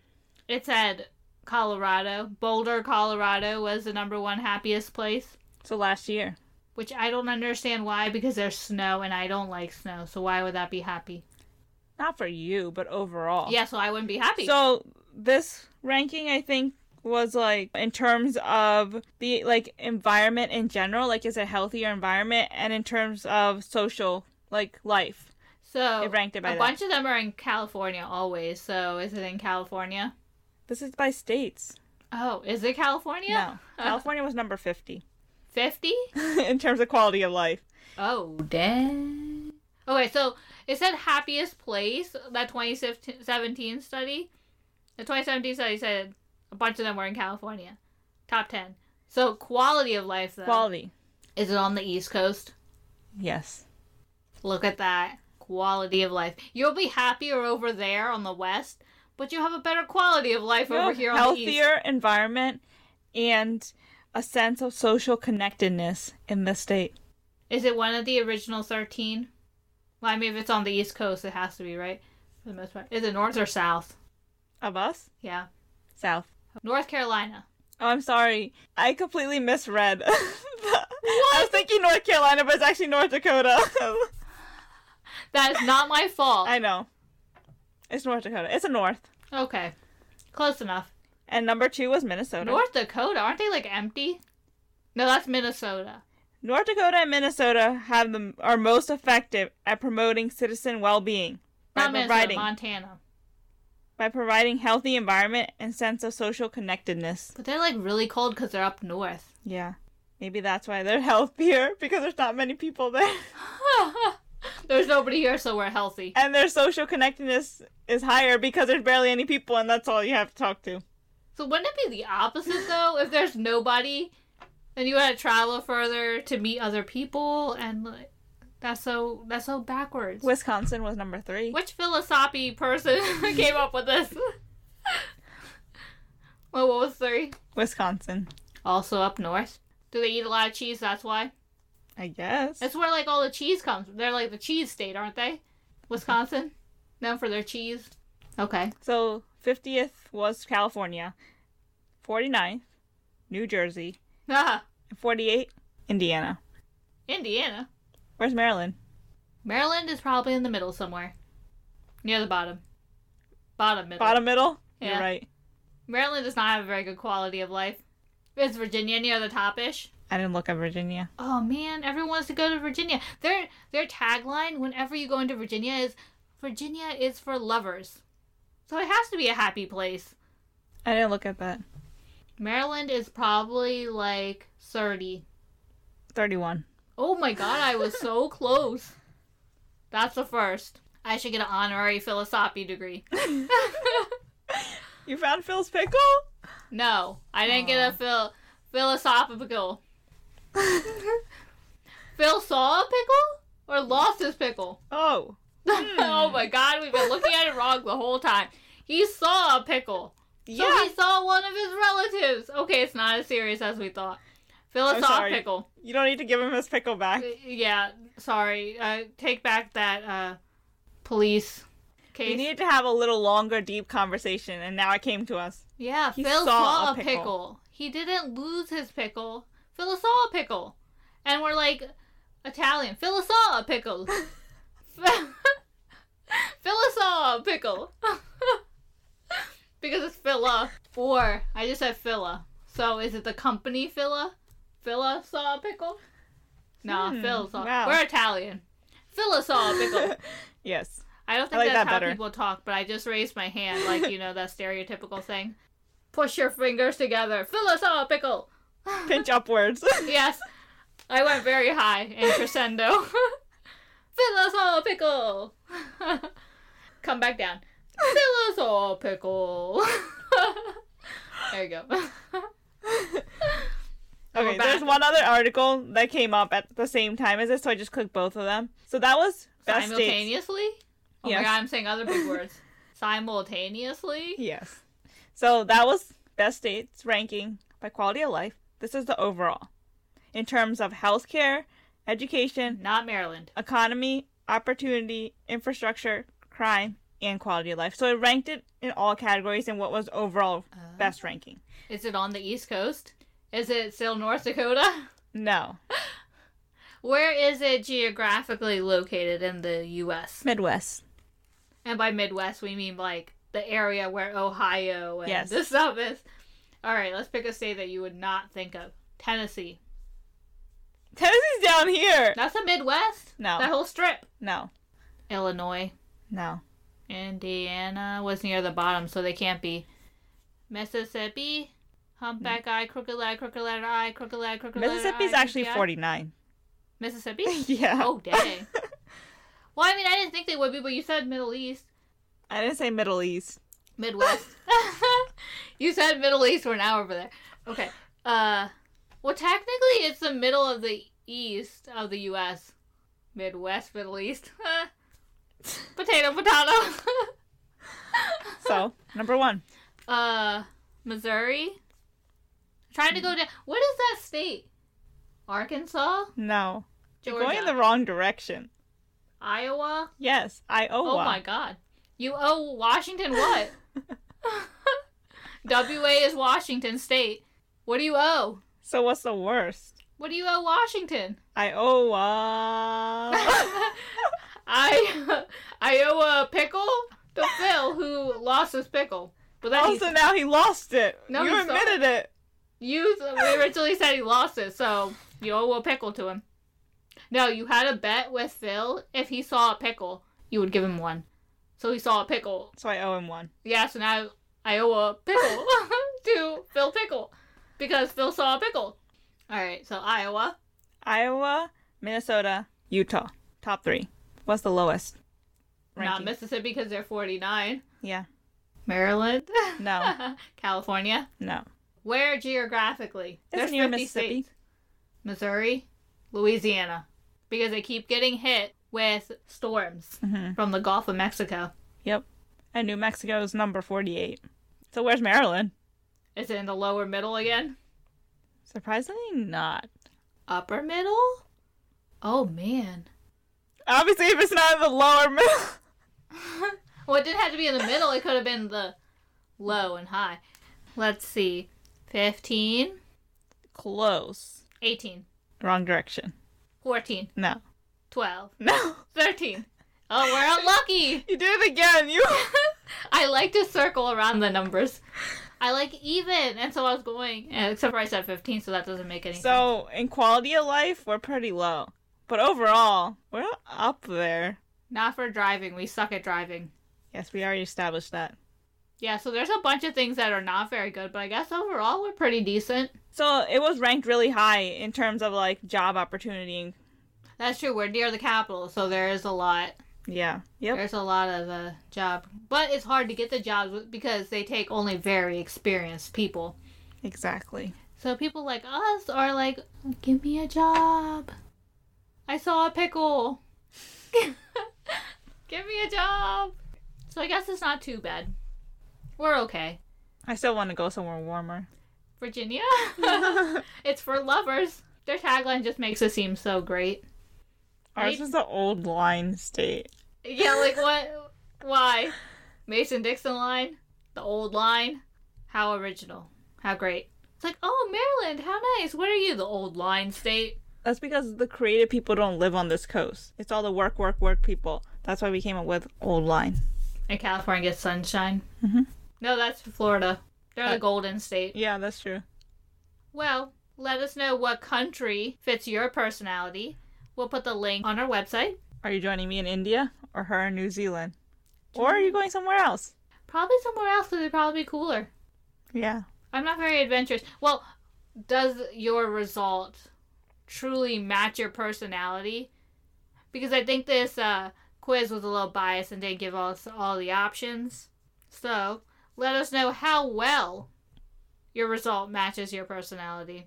Speaker 7: It said Colorado, Boulder, Colorado was the number one happiest place,
Speaker 6: So last year,
Speaker 7: which I don't understand why because there's snow and I don't like snow. So why would that be happy?
Speaker 6: not for you, but overall.
Speaker 7: Yeah, so I wouldn't be happy.
Speaker 6: Oh. So this ranking, I think, was like in terms of the like environment in general. Like, is it a healthier environment? And in terms of social like life.
Speaker 7: so
Speaker 6: it ranked it by
Speaker 7: a
Speaker 6: that.
Speaker 7: bunch of them are in California always. So is it in California?
Speaker 6: This is by states.
Speaker 7: Oh, is it California?
Speaker 6: No, California was number fifty
Speaker 7: 50?
Speaker 6: in terms of quality of life.
Speaker 7: Oh, dang. Okay, so it said happiest place, that 2017 study. The 2017 study said a bunch of them were in California. Top 10. So quality of life, though.
Speaker 6: Quality.
Speaker 7: Is it on the East Coast?
Speaker 6: Yes.
Speaker 7: Look at that. Quality of life. You'll be happier over there on the West, but you'll have a better quality of life over here on the East.
Speaker 6: healthier environment and a sense of social connectedness in the state.
Speaker 7: Is it one of the original 13? Well, I mean, if it's on the East Coast, it has to be, right? For the most part. Is it North or South?
Speaker 6: Of us?
Speaker 7: Yeah.
Speaker 6: South.
Speaker 7: North Carolina.
Speaker 6: Oh, I'm sorry. I completely misread. I was thinking North Carolina, but it's actually North Dakota.
Speaker 7: That is not my fault.
Speaker 6: I know. It's North Dakota. It's a North.
Speaker 7: Okay. Close enough.
Speaker 6: And number two was Minnesota.
Speaker 7: North Dakota, aren't they like empty? No, that's Minnesota.
Speaker 6: North Dakota and Minnesota have the are most effective at promoting citizen well-being by
Speaker 7: Not Minnesota,
Speaker 6: providing
Speaker 7: Montana.
Speaker 6: by providing healthy environment and sense of social connectedness.
Speaker 7: But they're like really cold because they're up north.
Speaker 6: Yeah. Maybe that's why they're healthier because there's not many people there.
Speaker 7: There's nobody here, so we're healthy.
Speaker 6: And their social connectedness is higher because there's barely any people and that's all you have to talk to.
Speaker 7: So wouldn't it be the opposite though? If there's nobody, then you gotta travel further to meet other people, and like, that's so that's so backwards.
Speaker 6: Wisconsin was number three.
Speaker 7: Which philosophy person came up with this? well, what was three?
Speaker 6: Wisconsin,
Speaker 7: Also up north. Do they eat a lot of cheese? That's why.
Speaker 6: I guess.
Speaker 7: That's where like all the cheese comes. They're like the cheese state, aren't they? Wisconsin, known for their cheese. Okay.
Speaker 6: So 50th was California, 49th, New Jersey,
Speaker 7: Ah,
Speaker 6: and 48, Indiana.
Speaker 7: Indiana.
Speaker 6: Where's Maryland?
Speaker 7: Maryland is probably in the middle somewhere, near the bottom. Bottom middle.
Speaker 6: Bottom middle?
Speaker 7: Yeah.
Speaker 6: You're right.
Speaker 7: Maryland does not have a very good quality of life. Is Virginia near the top ish?
Speaker 6: I didn't look at Virginia.
Speaker 7: Oh man, everyone wants to go to Virginia. Their their tagline whenever you go into Virginia is Virginia is for lovers. So it has to be a happy place.
Speaker 6: I didn't look at that.
Speaker 7: Maryland is probably like 30.
Speaker 6: 31.
Speaker 7: Oh my god, I was so close. That's the first. I should get an honorary philosophy degree.
Speaker 6: You found Phil's pickle?
Speaker 7: No, I didn't get a phil- philosophical. Phil saw a pickle or lost his pickle.
Speaker 6: Oh.
Speaker 7: oh my god, we've been looking at it wrong the whole time. He saw a pickle. So
Speaker 6: Yeah.
Speaker 7: he saw one of his relatives. Okay, it's not as serious as we thought. Phil
Speaker 6: I'm
Speaker 7: saw a
Speaker 6: sorry.
Speaker 7: pickle.
Speaker 6: You don't need to give him his pickle back.
Speaker 7: Uh, Yeah, sorry. Uh, take back that uh, police
Speaker 6: We
Speaker 7: case.
Speaker 6: needed to have a little longer, deep conversation, and now it came to us.
Speaker 7: Yeah,
Speaker 6: He
Speaker 7: Phil
Speaker 6: saw
Speaker 7: saw,
Speaker 6: a
Speaker 7: a
Speaker 6: pickle.
Speaker 7: pickle. He didn't lose his pickle. Phil saw a pickle. And we're like, Italian. Phil saw a pickle. Phil saw a pickle. because it's Phila. Or, I just said Phila. So is it the company Phila? Phila saw a pickle? No,
Speaker 6: Hmm,
Speaker 7: Phil saw.
Speaker 6: wow.
Speaker 7: We're Italian. Phila saw a pickle.
Speaker 6: Yes.
Speaker 7: I don't think
Speaker 6: like
Speaker 7: that's
Speaker 6: that
Speaker 7: how
Speaker 6: better.
Speaker 7: people talk, but I just raised my hand, like you know that stereotypical thing. Push your fingers together. Fill us all a pickle.
Speaker 6: Pinch upwards.
Speaker 7: Yes, I went very high in crescendo. Fill us all a pickle. Come back down. Fill us all a pickle. there you go.
Speaker 6: Okay,
Speaker 7: We're back.
Speaker 6: there's one other article that came up at the same time as this, so I just clicked both of them. So that was best dates.
Speaker 7: Simultaneously. Oh
Speaker 6: Yes.
Speaker 7: my god, I'm saying other big words. Simultaneously.
Speaker 6: Yes. So that was best dates ranking by quality of life. This is the overall in terms of healthcare, education,
Speaker 7: Not Maryland.
Speaker 6: economy, opportunity, infrastructure, crime, and quality of life. So it ranked it in all categories and what was overall best ranking.
Speaker 7: Is it on the East Coast? Is it still North Dakota?
Speaker 6: No,
Speaker 7: Where is it geographically located in the U.S.?
Speaker 6: Midwest.
Speaker 7: And by Midwest, we mean like the area where Ohio and
Speaker 6: Yes.
Speaker 7: this stuff is. All right, let's pick a state that you would not think of. Tennessee.
Speaker 6: Tennessee's down here.
Speaker 7: That's the Midwest.
Speaker 6: No.
Speaker 7: that whole strip.
Speaker 6: No,
Speaker 7: Illinois,
Speaker 6: no.
Speaker 7: Indiana was near the bottom, so they can't be. Mississippi, humpback eye, crooked leg, crooked letter eye, crooked leg, crooked letter
Speaker 6: Hmm. Mississippi's
Speaker 7: eye,
Speaker 6: actually
Speaker 7: crooked eye.
Speaker 6: 49.
Speaker 7: Mississippi.
Speaker 6: Yeah.
Speaker 7: Oh dang. well, I mean, I didn't think they would be, but you said Middle East.
Speaker 6: I didn't say Middle East.
Speaker 7: Midwest. you said Middle East. We're now over there. Okay. Uh, well, technically, it's the middle of the east of the U.S. Midwest, Middle East. potato, potato.
Speaker 6: So, number one.
Speaker 7: uh, Missouri. trying
Speaker 6: Hmm.
Speaker 7: to go down. What is that state? Arkansas,
Speaker 6: No. You're
Speaker 7: Georgia,
Speaker 6: going in the wrong direction.
Speaker 7: Iowa.
Speaker 6: Yes, Iowa.
Speaker 7: Oh my God. You owe Washington what? WA is Washington State. What do you owe?
Speaker 6: So what's the worst?
Speaker 7: What do you owe Washington?
Speaker 6: Iowa.
Speaker 7: I I owe a pickle to Phil who lost his pickle. But then
Speaker 6: also,
Speaker 7: he,
Speaker 6: Oh, now he lost it.
Speaker 7: No,
Speaker 6: you
Speaker 7: he saw
Speaker 6: admitted it.
Speaker 7: you we originally said he lost it, so you owe a pickle to him. No, you had a bet with Phil if he saw a pickle, you would give him one. So he saw a pickle.
Speaker 6: So I owe him one.
Speaker 7: Yeah, so now I owe a pickle to Phil Pickle because Phil saw a pickle. All right, so Iowa.
Speaker 6: Iowa, Minnesota, Utah. Top three. What's the lowest?
Speaker 7: Not
Speaker 6: ranking?
Speaker 7: Mississippi because they're 49.
Speaker 6: Yeah.
Speaker 7: Maryland.
Speaker 6: No.
Speaker 7: California.
Speaker 6: no.
Speaker 7: Where geographically?
Speaker 6: It's
Speaker 7: There's
Speaker 6: near
Speaker 7: 50
Speaker 6: Mississippi.
Speaker 7: states. Missouri, Louisiana, because they keep getting hit with storms
Speaker 6: Mm-hmm.
Speaker 7: from the Gulf of Mexico.
Speaker 6: Yep. And New Mexico is number 48. So where's Maryland?
Speaker 7: Is it in the lower middle again?
Speaker 6: Surprisingly, not.
Speaker 7: Upper middle? Oh man.
Speaker 6: Obviously, if it's not in the lower middle.
Speaker 7: Well, it didn't have to be in the middle. It could have been the low and high. Let's see. 15,
Speaker 6: Close.
Speaker 7: 18,
Speaker 6: Wrong direction.
Speaker 7: 14,
Speaker 6: No.
Speaker 7: 12,
Speaker 6: No.
Speaker 7: 13. Oh, we're unlucky.
Speaker 6: You did it again. You
Speaker 7: I like to circle around the numbers. I like even, and so I was going. Yeah, except for I said 15, so that doesn't make any sense.
Speaker 6: So in quality of life, we're pretty low, but overall, we're up there.
Speaker 7: Not for driving. We suck at driving.
Speaker 6: Yes, we already established that.
Speaker 7: Yeah, so there's a bunch of things that are not very good, but I guess overall we're pretty decent.
Speaker 6: So it was ranked really high in terms of like job opportunity.
Speaker 7: That's true. We're near the capital, so there is a lot.
Speaker 6: Yeah. Yep.
Speaker 7: There's a lot of uh, job, but it's hard to get the jobs with- because they take only very experienced people.
Speaker 6: Exactly.
Speaker 7: So people like us are like, give me a job. I saw a pickle. give me a job. So I guess it's not too bad. We're okay.
Speaker 6: I still want to go somewhere warmer.
Speaker 7: Virginia, it's for lovers. Their tagline just makes it seem so great.
Speaker 6: Ours
Speaker 7: Right?
Speaker 6: is the old line state.
Speaker 7: Yeah, like what? Why? Mason Dixon line, the old line. How original. How great. It's like, oh, Maryland, how nice. What are you, the old line state?
Speaker 6: That's because the creative people don't live on this coast. It's all the work, work, work people. That's why we came up with old line.
Speaker 7: And California gets sunshine. Mm-hmm. No, that's Florida. They're the golden state.
Speaker 6: Yeah, that's true.
Speaker 7: Well, let us know what country fits your personality. We'll put the link on our website.
Speaker 6: Are you joining me in India or her in New Zealand? Or are you going somewhere else?
Speaker 7: Probably somewhere else because it'd probably be cooler.
Speaker 6: Yeah.
Speaker 7: I'm not very adventurous. Well, does your result truly match your personality? Because I think this uh, quiz was a little biased and didn't give us all the options. So let us know how well your result matches your personality.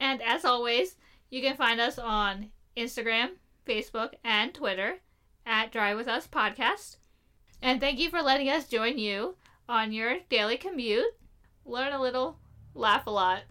Speaker 7: And as always, you can find us on Instagram, Facebook, and Twitter at Drive With Us Podcast. And thank you for letting us join you on your daily commute learn a little, laugh a lot.